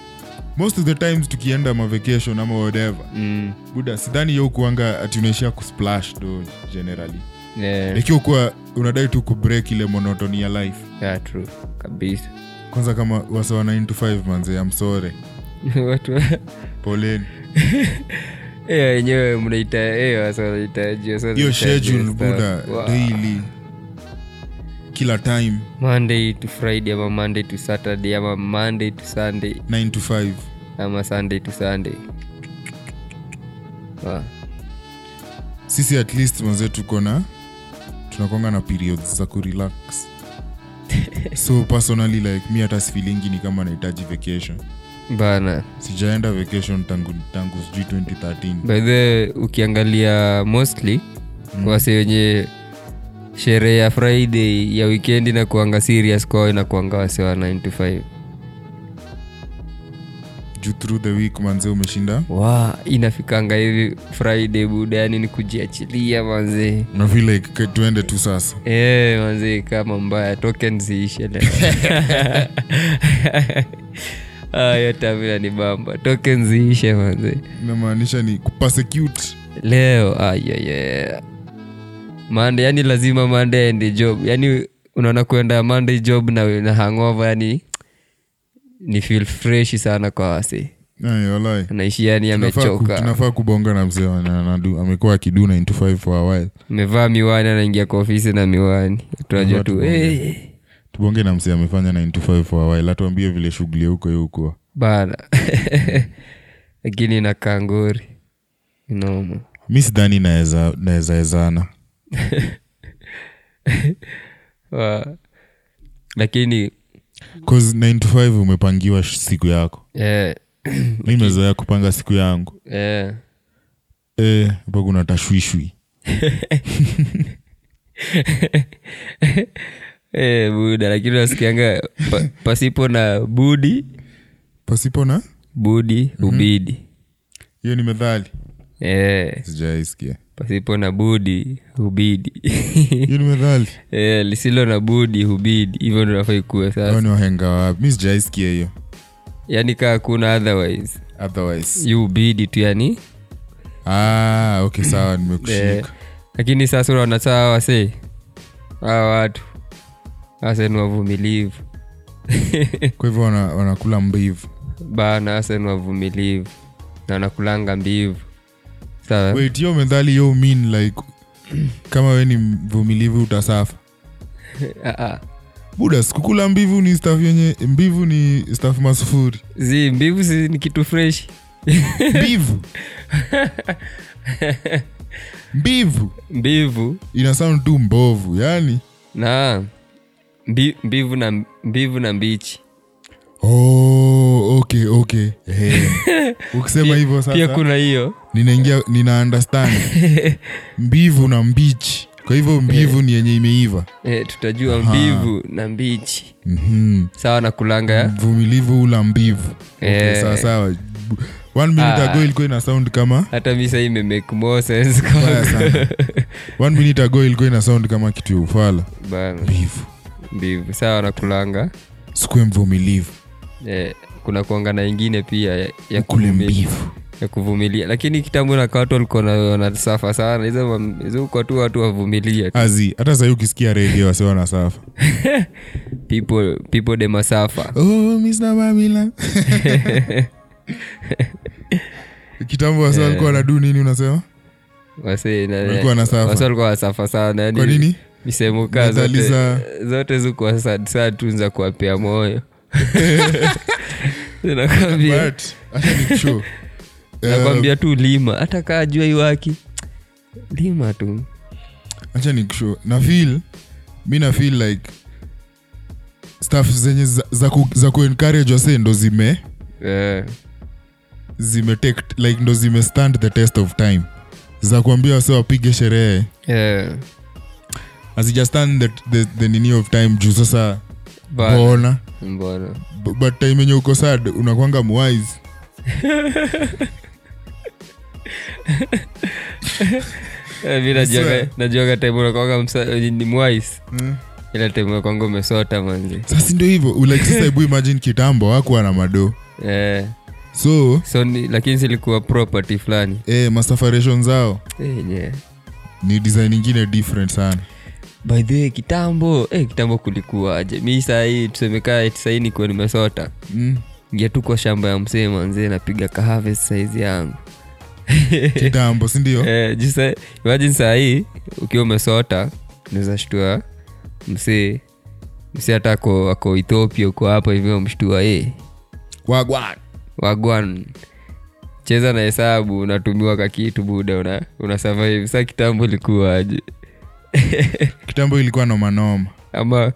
Speaker 1: most of the times tukienda mavacation ama whatever
Speaker 2: mm.
Speaker 1: buda sidhani yo kuanga ati unaishia kusplash do generally
Speaker 2: yeah.
Speaker 1: ikiwa kuwa unadai tu kubreak ile monotony ya life
Speaker 2: yeah, true kabisa
Speaker 1: kwanza kama wasa wa 9 to 5 manze amsore
Speaker 2: watu
Speaker 1: poleni
Speaker 2: Eh, wenyewe mnaita eh, wasa wanaita jio, sasa
Speaker 1: hiyo
Speaker 2: wanaita jio
Speaker 1: schedule
Speaker 2: stuff.
Speaker 1: buda
Speaker 2: Wow.
Speaker 1: uh, daily kila time
Speaker 2: monday to friday ama monday to saturday ama monday to sunday
Speaker 1: 9 to 5
Speaker 2: ama sunday to sunday Ah, Wa-
Speaker 1: sisi at least manze tuko na tunakwanga na periods za kurelax so personally like mi hata sifilingi ni kama nahitaji vacation
Speaker 2: bana
Speaker 1: sijaenda vacation tangu tangu sijui 2013
Speaker 2: by the way, ukiangalia mostly mm. wase wenye sherehe ya friday ya wikendi na kuanga serious kwao inakuanga wase wa 9 to 5
Speaker 1: juu through the week manze umeshinda
Speaker 2: wa inafikanga hivi friday buda yani ni kujiachilia manzee
Speaker 1: na vile ke- tuende tu sasa
Speaker 2: Eh, manzi kama mbaya token ziishe leo Ah, hiyo tabia ni bamba token ziishe manzi
Speaker 1: inamaanisha ni kupasecute
Speaker 2: leo ayeye ah, mande yani lazima mande aende job yani unaona kuenda mande job na, na hangova yani ni feel fresh sana kwa wasi
Speaker 1: Ai, walai.
Speaker 2: anaishi yani
Speaker 1: Tunafaa ku-
Speaker 2: amechoka
Speaker 1: tunafaa kubonga na mzee wa- na- na- du- amekuwa akiduna into five for a while
Speaker 2: amevaa miwani anaingia kwa ofisi na miwani tunajua tu eh,
Speaker 1: Tunafaa
Speaker 2: hey,
Speaker 1: tubonge na msee amefanya 95 for a while atuambie vile shughuli ya huko yukuwa
Speaker 2: bana lakini na kangori noma
Speaker 1: mi sidhani naeza- naeza ezana
Speaker 2: Wa- lakini
Speaker 1: 'Cause 95 umepangiwa sh- siku yako
Speaker 2: eh,
Speaker 1: mi mezoea kupanga siku yangu
Speaker 2: eh,
Speaker 1: Eh, hapa kuna tashwishwi
Speaker 2: eh, buda lakini nasikianga pa, pasipo na budi
Speaker 1: pasipo na
Speaker 2: budi ubidi
Speaker 1: hiyo ni methali
Speaker 2: eh,
Speaker 1: sijaiskia
Speaker 2: pasipo na budi hubidi
Speaker 1: hiyo ni methali
Speaker 2: eh, lisilo na budi hubidi hivyo ndo nafaa ikuwe
Speaker 1: Hao
Speaker 2: sasa
Speaker 1: ni wahenga wapi mi sijaiskia hiyo
Speaker 2: yaani kaa kuna otherwise
Speaker 1: otherwise
Speaker 2: yu ubidi tu yani
Speaker 1: ah, okay sawa
Speaker 2: Eh,
Speaker 1: nimekushika
Speaker 2: lakini sasa unaona saa wase hawa watu hasa ni wavumilivu
Speaker 1: kwa hivyo wana- wanakula mbivu
Speaker 2: bana hasa ni wavumilivu na wanakulanga mbivu sawa
Speaker 1: wait hiyo methali yo mean like kama we ni mvumilivu utasafa
Speaker 2: Ah, ah.
Speaker 1: buda sikukula mbivu ni staff yenye mbivu ni staff masufuri
Speaker 2: zi mbivu si ni kitu fresh
Speaker 1: mbivu mbivu
Speaker 2: mbivu
Speaker 1: ina sound tu mbovu yaani, yani
Speaker 2: na mbi, mbivu na mbivu na mbichi
Speaker 1: oh, okay okay Eh. ukisema hivyo
Speaker 2: pia
Speaker 1: sasa
Speaker 2: kuna hiyo
Speaker 1: ninaingia nina understand mbivu na mbichi kwa hivyo mbivu ni yenye imeiva
Speaker 2: eh, tutajua mbivu na mbichi
Speaker 1: Mhm.
Speaker 2: sawa na
Speaker 1: Mm.
Speaker 2: kulanga
Speaker 1: mvumilivu ula mbivu okay,
Speaker 2: Eh.
Speaker 1: sawasawa one minute
Speaker 2: Ah.
Speaker 1: ago ilikuwa ina sound kama
Speaker 2: hata mi sahii imemake more sense
Speaker 1: Mbaya sana. one minute ago ilikuwa ina sound kama kitu ya ufala
Speaker 2: bana
Speaker 1: mbivu
Speaker 2: mbivu sawa na kulanga
Speaker 1: sikuwe mvumilivu
Speaker 2: eh, kuna kuanga na ingine pia ya, ya,
Speaker 1: kule
Speaker 2: kuvumi-
Speaker 1: mbivu
Speaker 2: ya kuvumilia lakini kitambo na watu walikuwa na- wanasafa sana hizo mam- hizo kwa tu watu wavumilia tu.
Speaker 1: azi hata sahii ukisikia redio wasewa na safa
Speaker 2: people, people de masafa
Speaker 1: oh, Mr. Babylon. kitambo wase walikuwa wanadu nini unasema
Speaker 2: Wase- na-
Speaker 1: Walikuwa na safa.
Speaker 2: wase walikuwa wasafa sana yani
Speaker 1: kwa nini
Speaker 2: misemo kaa
Speaker 1: Methali
Speaker 2: zote,
Speaker 1: za-
Speaker 2: zote zikuwa saa tu za kuwapea moyo nakwambia
Speaker 1: But, acha nikushow. Eh,
Speaker 2: nakwambia tu lima hata kaa jua iwaki lima tu
Speaker 1: acha nikushow. na feel mi na feel like staff zenye za, za, ku, za kuencourage wase ndo zime
Speaker 2: eh,
Speaker 1: zime take, like ndo zime stand the test of time za kuambia wase wapige sherehe
Speaker 2: eh,
Speaker 1: hazija stand the, the, the nini of time juu sasa
Speaker 2: bana.
Speaker 1: bona
Speaker 2: mbona
Speaker 1: B- but time yenye uko sad unakwanga mwise
Speaker 2: Eh, mi
Speaker 1: Swear.
Speaker 2: najuaga- najuaga time unakwanga msa- ni mwais ila time unakwanga umesota manzi
Speaker 1: sasi ndio hivyo like sasa hebu imagine kitambo akuwa na mado
Speaker 2: eh,
Speaker 1: so
Speaker 2: so ni, lakini silikuwa property fulani
Speaker 1: eh, mastafaration zao
Speaker 2: eh, yeah.
Speaker 1: ni design ingine different sana
Speaker 2: by the way kitambo eh, kitambo kulikuwaje mi sahii tusemekaa sahii nikuwa nimesota
Speaker 1: mm.
Speaker 2: ngia tu kwa shamba ya msee manzee napiga kahaves saizi yangu
Speaker 1: kitambo sindio
Speaker 2: eh, jisa, imagine sahii ukiwa umesota naweza shtua msee msee hata ako, ako ethiopia uko hapa hivyo mshtua eh.
Speaker 1: wagwan
Speaker 2: wagwan cheza na hesabu unatumiwa kakitu buda una, una survive sa kitambo likuwaje
Speaker 1: kitambo ilikuwa nomanoma
Speaker 2: ama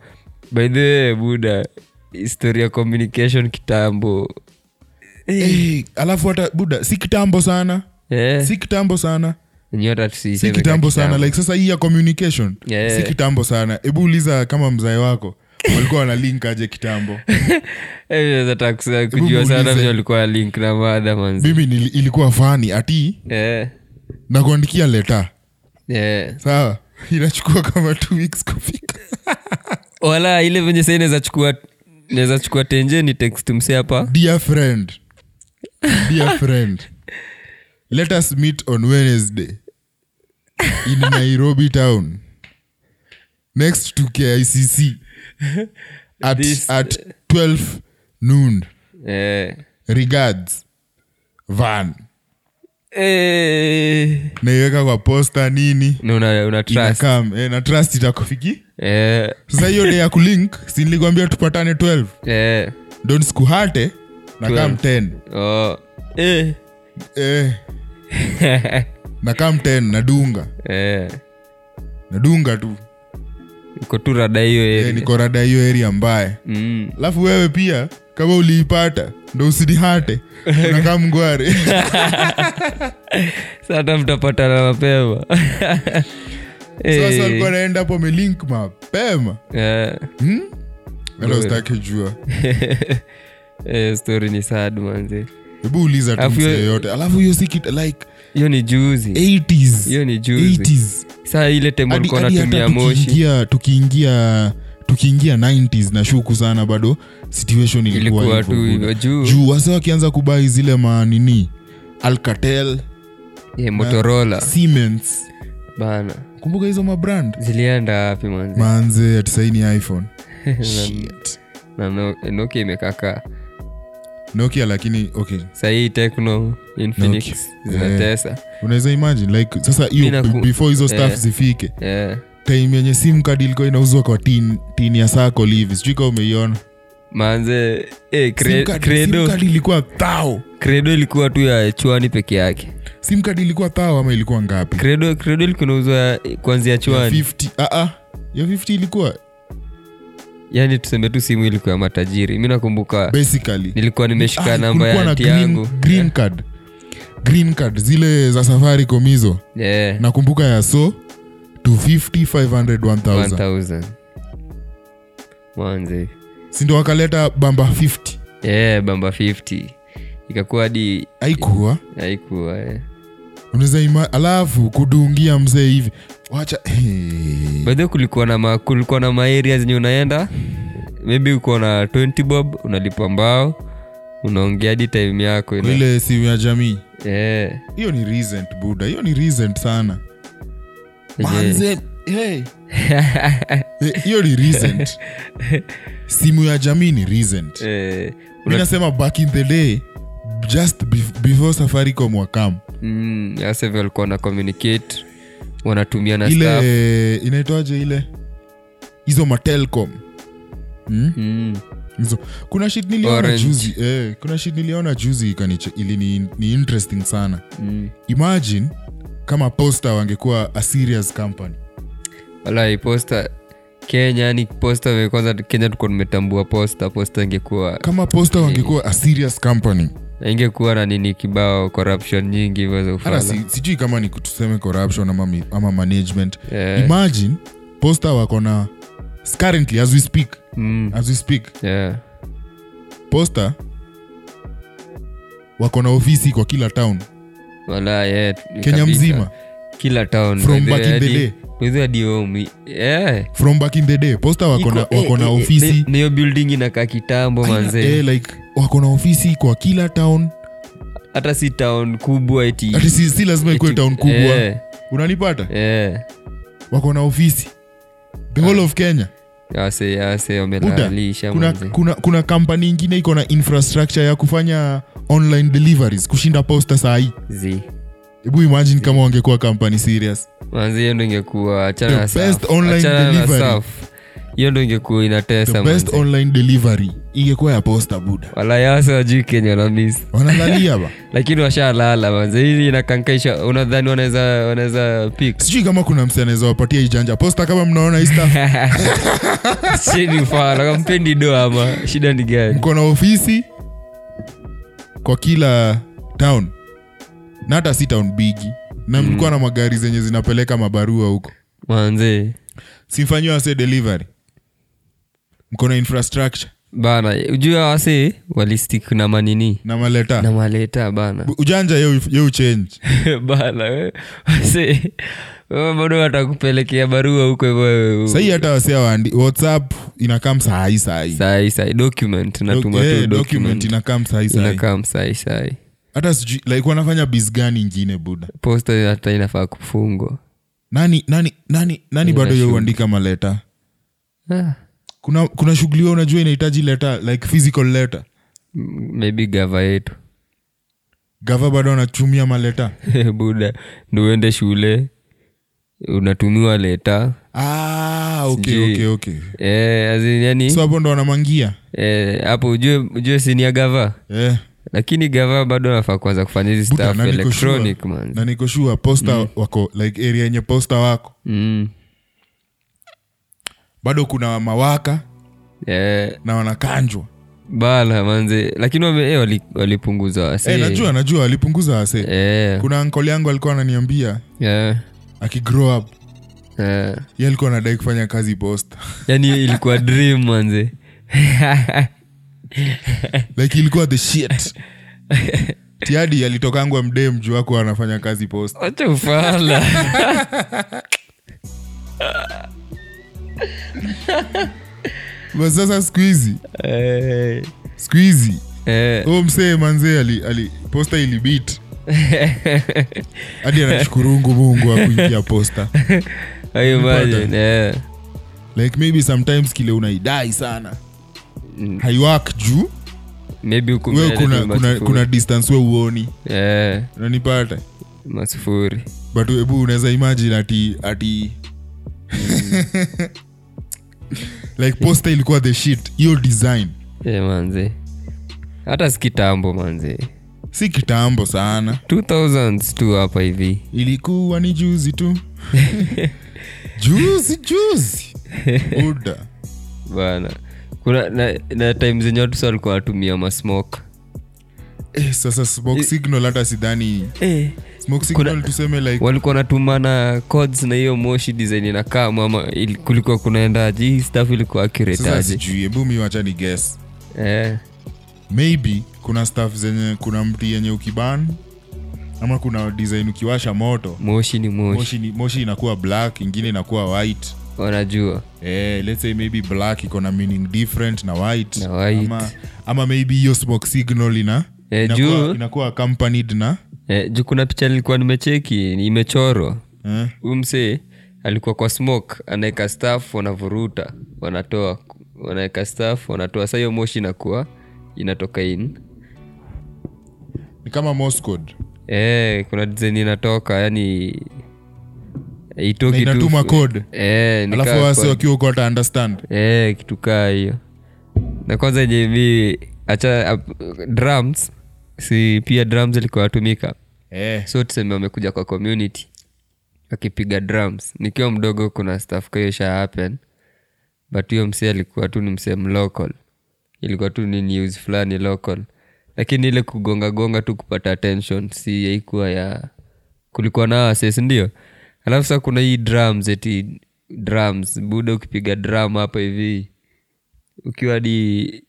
Speaker 2: by the way buda historia ya communication kitambo
Speaker 1: hey, Eh, alafu hata buda si kitambo sana
Speaker 2: eh,
Speaker 1: si kitambo sana
Speaker 2: nyota
Speaker 1: si
Speaker 2: tusiseme ka
Speaker 1: kitambo sana like sasa hii ya communication
Speaker 2: Yeah.
Speaker 1: si kitambo sana hebu uliza kama mzae wako walikuwa wana link aje kitambo
Speaker 2: Eh, naweza taka kusa- kujua
Speaker 1: muulize.
Speaker 2: sana vile ulikuwa link na madha manzi
Speaker 1: mimi nili- ilikuwa fani ati
Speaker 2: eh,
Speaker 1: nakuandikia leta
Speaker 2: eh.
Speaker 1: sawa inachukua kama two weeks kufika
Speaker 2: wala ile venye sai naweza chukua naweza chukua tenje ni text mse hapa
Speaker 1: dear friend dear friend let us meet on wednesday in nairobi town next to kicc at,
Speaker 2: This-
Speaker 1: at 12 noon
Speaker 2: Eh.
Speaker 1: regards van
Speaker 2: Eh.
Speaker 1: naiweka kwa posta nini
Speaker 2: Na una, una trust.
Speaker 1: inakam e, na trust itakufiki
Speaker 2: Eh.
Speaker 1: sasa hiyo day ya kulink sinilikwambia tupatane 12
Speaker 2: Eh.
Speaker 1: don sikuhate na kam 10
Speaker 2: Oh. Eh.
Speaker 1: eh, na kam 10 nadunga
Speaker 2: Eh.
Speaker 1: nadunga tu
Speaker 2: Uko tu rada hiyo
Speaker 1: eh,
Speaker 2: area.
Speaker 1: niko rada hiyo area mbaya
Speaker 2: Mm.
Speaker 1: alafu wewe pia kama uliipata ndo usinihate unakaa mgware
Speaker 2: Sasa hata mtapatana mapema
Speaker 1: sasa
Speaker 2: Eh.
Speaker 1: alikuwa naenda hapo amelink mapema
Speaker 2: Eh.
Speaker 1: hata ustake jua
Speaker 2: Eh, story ni sad manze
Speaker 1: hebu uliza tu
Speaker 2: Alafu
Speaker 1: msee
Speaker 2: hiyo-
Speaker 1: yoyote alafu hiyo sikit like
Speaker 2: hiyo ni juzi
Speaker 1: 80s
Speaker 2: hiyo ni juzi
Speaker 1: 80s
Speaker 2: saa ile tembo
Speaker 1: Eh, Hadi-
Speaker 2: likuwa
Speaker 1: hadi hata
Speaker 2: natumia moshi
Speaker 1: tukiingia tukiingia tukiingia 90s na shuku sana bado situation ilikuwa
Speaker 2: ilikuwa tu
Speaker 1: hivyo
Speaker 2: hivyo
Speaker 1: bado.
Speaker 2: juu
Speaker 1: juu wase wakianza kubai zile manini alcatel
Speaker 2: Eh, motorola
Speaker 1: siemens
Speaker 2: bana
Speaker 1: kumbuka hizo mabrand
Speaker 2: zilienda wapi manze
Speaker 1: manze atisaini iphone
Speaker 2: Na-
Speaker 1: Shit.
Speaker 2: na no- nokia imekakaa
Speaker 1: nokia lakini okay
Speaker 2: sahii tecno infinix
Speaker 1: Nokia.
Speaker 2: zinatesa
Speaker 1: unaweza imagine like sasa hiyo
Speaker 2: Mina ku-
Speaker 1: before hizo staff
Speaker 2: eh.
Speaker 1: zifike
Speaker 2: Eh,
Speaker 1: time yenye sim card ilikuwa inauzwa kwa tin, tin ya sako livi sijui kama umeiona
Speaker 2: manze eh, cre-
Speaker 1: Sim card- sim
Speaker 2: credo
Speaker 1: card ilikuwa thao
Speaker 2: credo ilikuwa tu ya chwani peke yake
Speaker 1: sim card ilikuwa thao ama ilikuwa ngapi
Speaker 2: credo credo ilikuwa inauzwa kuanzia
Speaker 1: ya
Speaker 2: chwani
Speaker 1: 50 ah, ah. ya 50 ilikuwa
Speaker 2: yaani tuseme tu simu ilikuwa ya matajiri mi nakumbuka
Speaker 1: basically
Speaker 2: nilikuwa nimeshika
Speaker 1: Ah,
Speaker 2: namba ya
Speaker 1: kulikuwa na
Speaker 2: anti
Speaker 1: green-
Speaker 2: yangu
Speaker 1: green card green card zile za safari komizo
Speaker 2: yeah,
Speaker 1: nakumbuka ya so 250 500 1000
Speaker 2: 1000 mwanze
Speaker 1: sindo wakaleta bamba 50
Speaker 2: yeah, bamba 50 ikakuwa hadi
Speaker 1: aikuwa
Speaker 2: haikuwa eh.
Speaker 1: unaweza ima alafu kudungia mzee hivi wacha eh, hey.
Speaker 2: By the way, kulikuwa na ma, kulikuwa na maaria zenye unaenda maybe uko na 20 bob unalipa mbao unaongea hadi time yako ina-
Speaker 1: ile simu ya jamii
Speaker 2: Eh,
Speaker 1: hiyo ni recent buda hiyo ni recent sana
Speaker 2: yenye-
Speaker 1: manze hey. Eh, hiyo ni recent simu ya jamii ni recent
Speaker 2: eh,
Speaker 1: Mi
Speaker 2: una-
Speaker 1: nasema back in the day just bef- before safaricom wakam
Speaker 2: mm, hasa hivyo walikuwa na communicate wanatumia na staff.
Speaker 1: ile inaitwaje ile hizo matelcom hmm?
Speaker 2: Mm,
Speaker 1: hizo kuna shit niliona
Speaker 2: Orange.
Speaker 1: juzi eh, kuna shit niliona juzi ikaniche- ilini ni interesting sana
Speaker 2: mm.
Speaker 1: imagine kama posta wangekuwa a serious company
Speaker 2: walai posta kenya yani posta we- kwanza kenya tuko tumetambua posta posta ingekuwa
Speaker 1: kama posta
Speaker 2: Eh.
Speaker 1: wangekuwa a serious company
Speaker 2: ingekuwa na nini kibao corruption nyingi hivyo za
Speaker 1: hata
Speaker 2: ufala
Speaker 1: si, sijui kama ni tuseme corruption ama, mi- ama management
Speaker 2: Eh,
Speaker 1: imagine posta wako na currently as we speak
Speaker 2: mm,
Speaker 1: as we speak
Speaker 2: yeah.
Speaker 1: posta wako na ofisi kwa kila town
Speaker 2: Wala, yeah, t-
Speaker 1: kenya
Speaker 2: kabisa.
Speaker 1: mzima
Speaker 2: kila
Speaker 1: From back in the day.
Speaker 2: townadiomiyo
Speaker 1: from back in the day posta wako na,
Speaker 2: eh,
Speaker 1: wako na ofisi
Speaker 2: building inakaa kitambo manzee
Speaker 1: eh, like wako na ofisi kwa kila town
Speaker 2: hata si town kubwa eti
Speaker 1: ati si, si lazima ikuwe
Speaker 2: eti-
Speaker 1: town kubwa
Speaker 2: eh,
Speaker 1: unanipata
Speaker 2: eh.
Speaker 1: wako na ofisi the whole of kenya
Speaker 2: Ase- ase
Speaker 1: buda
Speaker 2: wamelalisha
Speaker 1: kuna,
Speaker 2: manze.
Speaker 1: kuna, kuna kampani ingine iko na infrastructure ya kufanya online deliveries kushinda posta sahii
Speaker 2: Zi.
Speaker 1: hebu imagine kama wangekuwa kampani serious
Speaker 2: manze hiyo ndo ingekuwa achana
Speaker 1: The
Speaker 2: na Saf.
Speaker 1: best online
Speaker 2: Achana na
Speaker 1: delivery.
Speaker 2: Saf. hiyo ndo ingekuwa
Speaker 1: the
Speaker 2: inatesa
Speaker 1: best
Speaker 2: manze.
Speaker 1: online delivery ingekuwa ya posta buda
Speaker 2: walayasa wajui kenya wanamisi
Speaker 1: wanalalia ba
Speaker 2: lakini washalala manze hili inakankaisha unadhani wanaweza wanaweza pick
Speaker 1: sijui kama kuna mse anaweza wapatia ijanja posta kama mnaona ista
Speaker 2: chini ufala kampendi do ama shida ni gani
Speaker 1: mko na ofisi kwa kila town na hata si town bigi na mlikuwa na magari zenye zinapeleka mabarua huko
Speaker 2: manze
Speaker 1: simfanyiwa wase delivery mko na infrastructure
Speaker 2: bana jua wase walistik na manini
Speaker 1: na maleta
Speaker 2: na maleta bana
Speaker 1: Ah. Bu- ujanja yeuchange
Speaker 2: bana we, wase wewe bado watakupelekea barua huko hivyo
Speaker 1: sahii hata wasea waandi whatsapp inakam sahai sahii
Speaker 2: sai sai document natuma tu document
Speaker 1: eh, inakam sahai sahii
Speaker 2: inakaa msai sai
Speaker 1: hata sijui like wanafanya bis gani ingine buda
Speaker 2: posta hata inafaa kufungwa
Speaker 1: nani nani nani nani bado yauandika maleta
Speaker 2: ah,
Speaker 1: kuna kuna shughuli huwa unajua inahitaji leta like physical letter
Speaker 2: maybe gava yetu
Speaker 1: gava bado anachumia maleta
Speaker 2: Eh, buda ndiuende shule unatumiwa leta
Speaker 1: ah, okay, okay,
Speaker 2: Sijui.
Speaker 1: okay.
Speaker 2: Eh, as in yani
Speaker 1: so hapo ndo wanamangia
Speaker 2: eh, hapo ujue ujue sini ya gava
Speaker 1: eh.
Speaker 2: lakini gava bado anafaa kwanza kufanya hizi
Speaker 1: Buda,
Speaker 2: stuff
Speaker 1: na niko sure-
Speaker 2: electronic man
Speaker 1: na niko sure posta wako like area yenye posta wako
Speaker 2: mm.
Speaker 1: bado kuna mawaka
Speaker 2: eh,
Speaker 1: na wanakanjwa
Speaker 2: bala manze lakini wame, eh, wali- walipunguza wasi
Speaker 1: eh, najua najua alipunguza wase
Speaker 2: eh,
Speaker 1: kuna ankol yangu alikuwa ananiambia
Speaker 2: eh,
Speaker 1: akigrow up
Speaker 2: eh.
Speaker 1: ye alikuwa anadai kufanya kazi posta
Speaker 2: yani Yaani ilikuwa dream manze
Speaker 1: like ilikuwa the shit tiadi alitokangwa mdee mjuu wako anafanya kazi posta
Speaker 2: wacha ufala
Speaker 1: But sasa siku hizi
Speaker 2: eh,
Speaker 1: siku hizi
Speaker 2: eh.
Speaker 1: huo msee manzee ali, ali, posta ilibit hadi anashukurungu mungu akuingia posta
Speaker 2: I imagine, eh.
Speaker 1: like maybe sometimes kile unaidai sana haiwak juu
Speaker 2: maybe huku
Speaker 1: we
Speaker 2: mbele
Speaker 1: kuna,
Speaker 2: ni
Speaker 1: kuna,
Speaker 2: masufuri.
Speaker 1: kuna distance we uoni
Speaker 2: Eh,
Speaker 1: unanipata
Speaker 2: masufuri
Speaker 1: but hebu unaweza imagine ati ati like posta ilikuwa the shit hiyo design
Speaker 2: Eh, manze hata sikitambo manze
Speaker 1: si kitambo sana
Speaker 2: 2000s tu hapa hivi
Speaker 1: ilikuwa ni juzi tu juzi juzi buda
Speaker 2: bana kuna na, na time zenye watu sa walikuwa wanatumia masmok
Speaker 1: eh, sasa smoke signal hata sidhani
Speaker 2: eh,
Speaker 1: smoke signal tuseme like
Speaker 2: walikuwa wanatumana codes na hiyo moshi design inakaa mama ili- kulikuwa kunaendaje hii staff ilikuwa
Speaker 1: sasa
Speaker 2: akiretaje
Speaker 1: sijui hebu mi wacha ni guess
Speaker 2: eh,
Speaker 1: maybe kuna staff zenye kuna mti yenye ukiban ama kuna design ukiwasha moto
Speaker 2: moshi ni moshi,
Speaker 1: moshi, ni- moshi inakuwa black ingine inakuwa white
Speaker 2: wanajua
Speaker 1: eh, let's say maybe black iko na meaning different na white,
Speaker 2: Na white.
Speaker 1: Ama, ama maybe hiyo smoke signal ina
Speaker 2: Eh, juu-
Speaker 1: inakuwa, inakuwa accompanied na
Speaker 2: eh, juu kuna picha nilikuwa nimecheki imechorwa
Speaker 1: eh,
Speaker 2: huyu msee alikuwa kwa smoke anaweka staff wanavuruta wanatoa wanaweka staff wanatoa sa hiyo moshi inakuwa inatoka in
Speaker 1: ni kama morse code
Speaker 2: e, kuna design inatoka yani
Speaker 1: na
Speaker 2: itoki tu
Speaker 1: inatuma code
Speaker 2: e,
Speaker 1: alafu wase wakiwa uko wata understand
Speaker 2: e, kitu kaa hiyo na kwanza yenye mi acha ap- drums si pia drums ilikuwa yatumika
Speaker 1: eh,
Speaker 2: so tuseme wamekuja kwa community akipiga drums nikiwa mdogo kuna staff kahiyo sha happen but huyo msee alikuwa tu ni msehemu local ilikuwa tu ni news fulani local lakini ile kugongagonga tu kupata attention si haikuwa ya kulikuwa na wases ndio alafu sa kuna hii drums eti drums buda ukipiga drum hapa hivi ukiwa hadi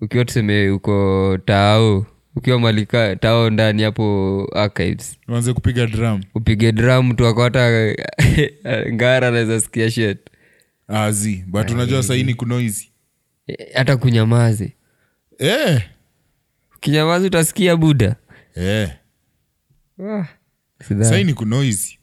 Speaker 2: ukiwa tuseme uko tao ukiwa malika tao ndani hapo archives
Speaker 1: uanze kupiga drum
Speaker 2: upige drum tu akata ngara anaweza sikia shit
Speaker 1: azi Ah,
Speaker 2: Ah,
Speaker 1: but unajua saini kunoizi
Speaker 2: Eh, hata kunyamazi
Speaker 1: eh,
Speaker 2: kinyamazi utasikia buda
Speaker 1: eh.
Speaker 2: Ah, sidhani.
Speaker 1: saini kunoizi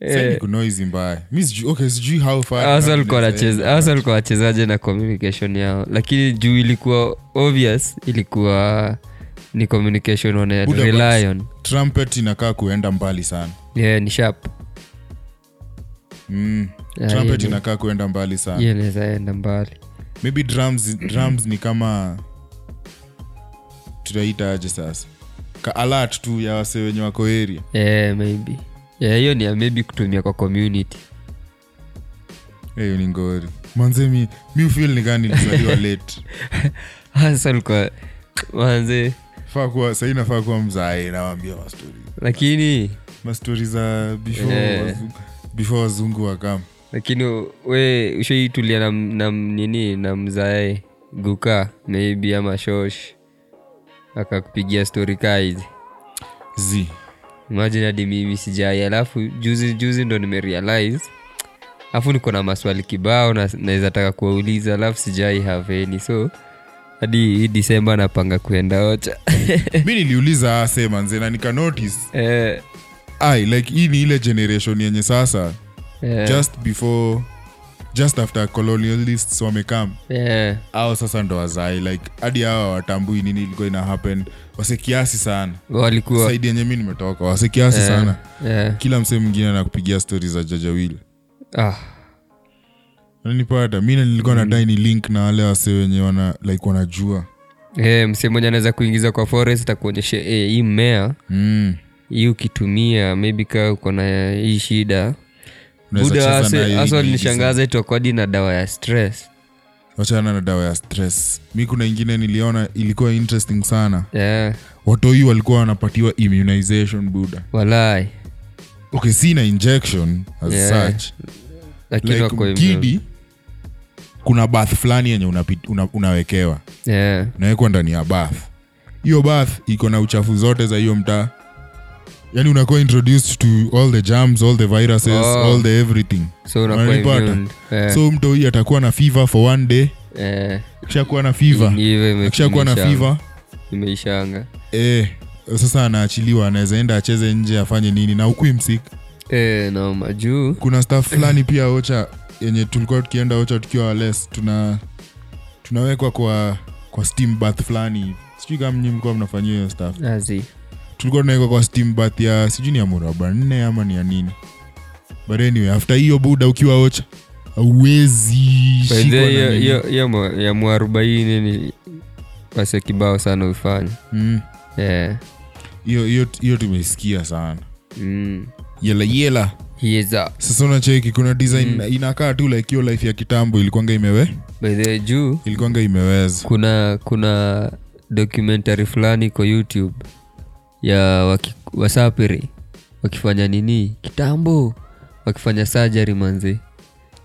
Speaker 2: Eh.
Speaker 1: saini kunoizi mbaya mi sijui okay, sijui how far
Speaker 2: Hao sasa walikuwa wanacheza- hao sasa walikuwa wachezaji na communication yao lakini juu ilikuwa obvious ilikuwa ni communication wana
Speaker 1: Buda,
Speaker 2: rely on
Speaker 1: trumpet inakaa kuenda mbali sana
Speaker 2: yeah, ni sharp
Speaker 1: mm.
Speaker 2: Yeah,
Speaker 1: trumpet inakaa kuenda mbali sana
Speaker 2: hiyo inaweza enda mbali
Speaker 1: maybe drums, drums ni kama tutaita aje sasa ka alert tu ya wase wenye wako area
Speaker 2: yeah, maybe Yeah, hiyo ni ya maybe kutumia kwa community
Speaker 1: hiyo Eh, ni ngori manze mi, mi ufil nikaa nilizaliwa late
Speaker 2: hasa likuwa manze
Speaker 1: faa kuwa sahii nafaa kuwa mzae nawambia mastori
Speaker 2: lakini
Speaker 1: mastori za before,
Speaker 2: Eh.
Speaker 1: wazungu, before wazungu wakam
Speaker 2: lakini we ushaitulia na, na nini na mzae guka maybe ama shosh akakupigia stori kaa hizi
Speaker 1: z
Speaker 2: imajini hadi mimi sijai alafu juzi juzi ndo nimerealize alafu niko na maswali kibao na- naweza taka kuwauliza alafu sijai have any so hadi hii disemba napanga kuenda ocha
Speaker 1: mi niliuliza ase manze na nika notice
Speaker 2: eh,
Speaker 1: ai like hii ni ile generation yenye sasa
Speaker 2: Eh,
Speaker 1: just before just after colonialists wamekam
Speaker 2: eh,
Speaker 1: au sasa ndo wazai like hadi hawa watambui nini ilikuwa ina happen wase kiasi sana
Speaker 2: walikuwa
Speaker 1: saidi yenye mi nimetoka wase kiasi sana
Speaker 2: eh,
Speaker 1: kila msee mwingine anakupigia stori za jajawili
Speaker 2: ah,
Speaker 1: nanipata mi nilikuwa nadai ni link na wale wase wenye wana like wanajua
Speaker 2: eh, msee mmoja anaweza kuingiza kwa forest atakuonyesha eh, hii mmea
Speaker 1: mm.
Speaker 2: hii ukitumia maybe kaa uko na hii shida
Speaker 1: Unaweza cheza na hii
Speaker 2: hasa
Speaker 1: nyingi
Speaker 2: walinishangaza eti wakuwa hadi na dawa ya stress
Speaker 1: wachana na dawa ya stress mi kuna ingine niliona ilikuwa interesting sana
Speaker 2: yeah,
Speaker 1: watoi walikuwa wanapatiwa immunization buda
Speaker 2: walai
Speaker 1: okay si na injection as
Speaker 2: Yeah.
Speaker 1: such
Speaker 2: lakini
Speaker 1: like
Speaker 2: wako immune.
Speaker 1: kidi kuna bath fulani yenye unapi- una, unawekewa
Speaker 2: yeah.
Speaker 1: unawekwa ndani ya bath hiyo bath iko na uchafu zote za hiyo mtaa yani unakuwa introduced to all the germs all the viruses
Speaker 2: Oh.
Speaker 1: all the everything
Speaker 2: so unakuwa
Speaker 1: Unanipata?
Speaker 2: immune. Eh,
Speaker 1: so mtu hii atakuwa na fever for one day
Speaker 2: eh,
Speaker 1: akishakuwa na fever
Speaker 2: ni hivyo ime-
Speaker 1: akishakuwa na
Speaker 2: imeishanga.
Speaker 1: fever
Speaker 2: imeishanga
Speaker 1: eh, sasa anaachiliwa anaweza enda acheze nje afanye nini na ukui msik
Speaker 2: eh, noma juu
Speaker 1: kuna staff fulani pia ocha yenye tulikuwa tukienda ocha tukiwa wales tuna tunawekwa kwa kwa steam bath fulani hivi. sijui kama mnyi mlikuwa mnafanyia hiyo staff
Speaker 2: azi
Speaker 1: tulikuwa tunawekwa kwa steam bath ya sijui ni ya muraba nne ama ni ya nini but anyway after hiyo buda ukiwa ocha auwezi
Speaker 2: By the
Speaker 1: shikwa
Speaker 2: way,
Speaker 1: na
Speaker 2: hiyo-
Speaker 1: nini.
Speaker 2: hiyo- hiyo mwa- ya mwarobaini ni wase kibao sana ufanya
Speaker 1: Mm,
Speaker 2: yeah.
Speaker 1: hiyo hiyo hiyo tumeisikia sana
Speaker 2: mm.
Speaker 1: yela yela
Speaker 2: Yeza.
Speaker 1: sasa unacheki kuna design
Speaker 2: Mm.
Speaker 1: inakaa tu like hiyo life ya kitambo ilikwanga imewe
Speaker 2: By the way, juu
Speaker 1: ilikwanga imeweza
Speaker 2: kuna kuna documentary fulani kwa youtube ya waki, wasapiri wakifanya nini kitambo wakifanya surgery manze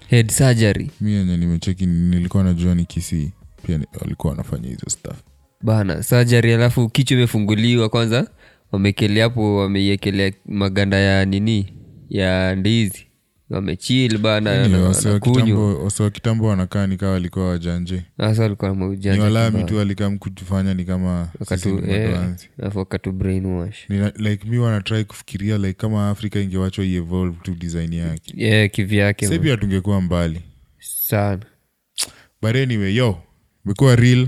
Speaker 2: head surgery
Speaker 1: mi yenye nimecheki nilikuwa najua ni kisii pia ni- walikuwa wanafanya hizo stuff
Speaker 2: bana surgery alafu kichwa imefunguliwa kwanza wamekelea hapo wameiekelea maganda ya nini ya ndizi wamechil bana
Speaker 1: Anyway,
Speaker 2: na-
Speaker 1: wase Yaani wa
Speaker 2: wanakunywa
Speaker 1: kitambo- wase wa kitambo wanakaa nikaa walikuwa wajanje
Speaker 2: hasa walikuwa
Speaker 1: ni
Speaker 2: maujanja
Speaker 1: walami tu walikam kutufanya ni kama sisi ni watu
Speaker 2: eh, alafu wakatu brainwash
Speaker 1: Nina- like mi wanatrai kufikiria like kama afrika ingewachwa ievolve tu design yake
Speaker 2: yeah, Eh, kivyake
Speaker 1: sa pia tungekuwa mbali
Speaker 2: sana
Speaker 1: but anyway yo imekuwa real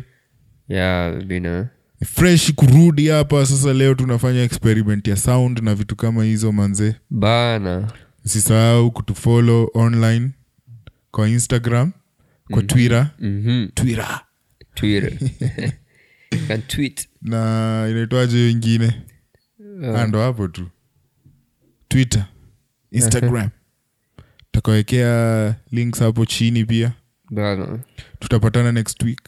Speaker 2: ya bina
Speaker 1: Ni fresh kurudi hapa sasa leo tunafanya experiment ya sound na vitu kama hizo manze
Speaker 2: bana
Speaker 1: usisahau kutufolo online kwa instagram kwa twitter Mhm.
Speaker 2: mm-hmm.
Speaker 1: twitter
Speaker 2: twitter Can tweet
Speaker 1: na inaitwaje hiyo ingine Ah, ndo hapo tu twitter instagram takawekea links hapo chini pia
Speaker 2: bana
Speaker 1: tutapatana next week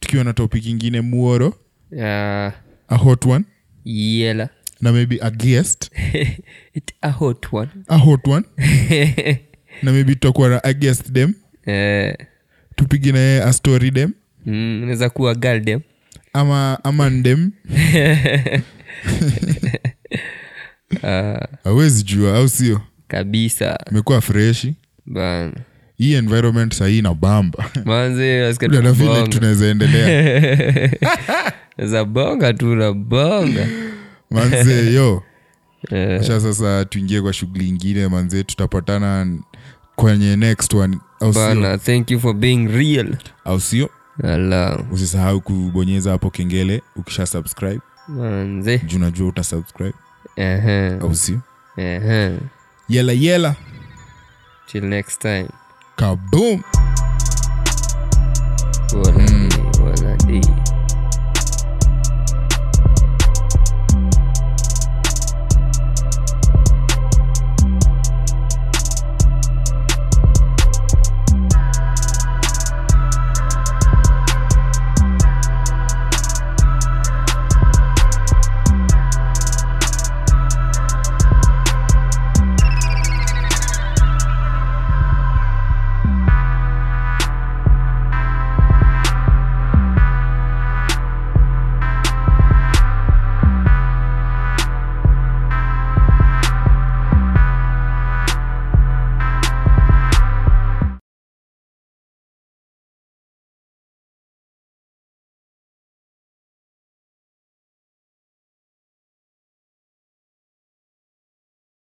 Speaker 1: tukiwa na topic ingine muoro
Speaker 2: ya
Speaker 1: a hot one
Speaker 2: yela
Speaker 1: na maybe a guest
Speaker 2: it a hot one
Speaker 1: a hot one na maybe tutakuwa na a guest dem
Speaker 2: eh
Speaker 1: tupige na yeye a story dem
Speaker 2: mm, naweza kuwa galdem
Speaker 1: ama ama ndem awezi jua au sio
Speaker 2: kabisa
Speaker 1: imekuwa freshi
Speaker 2: bana
Speaker 1: hii environment sahii na bamba
Speaker 2: manze nasikia
Speaker 1: Kuna na vile
Speaker 2: tunabonga.
Speaker 1: tunaweza endelea
Speaker 2: Naweza bonga tu na bonga
Speaker 1: manze yo
Speaker 2: Eh,
Speaker 1: sha sasa tuingie kwa shughuli ingine manze tutapatana kwenye next one au sio
Speaker 2: bana thank you for being real
Speaker 1: au sio
Speaker 2: ala
Speaker 1: usisahau kubonyeza hapo kengele ukisha subscribe
Speaker 2: manze
Speaker 1: juu najua utasubscribe
Speaker 2: Ehe,
Speaker 1: au sio
Speaker 2: ehe.
Speaker 1: yela yela
Speaker 2: till next time
Speaker 1: kaboom
Speaker 2: Voilà.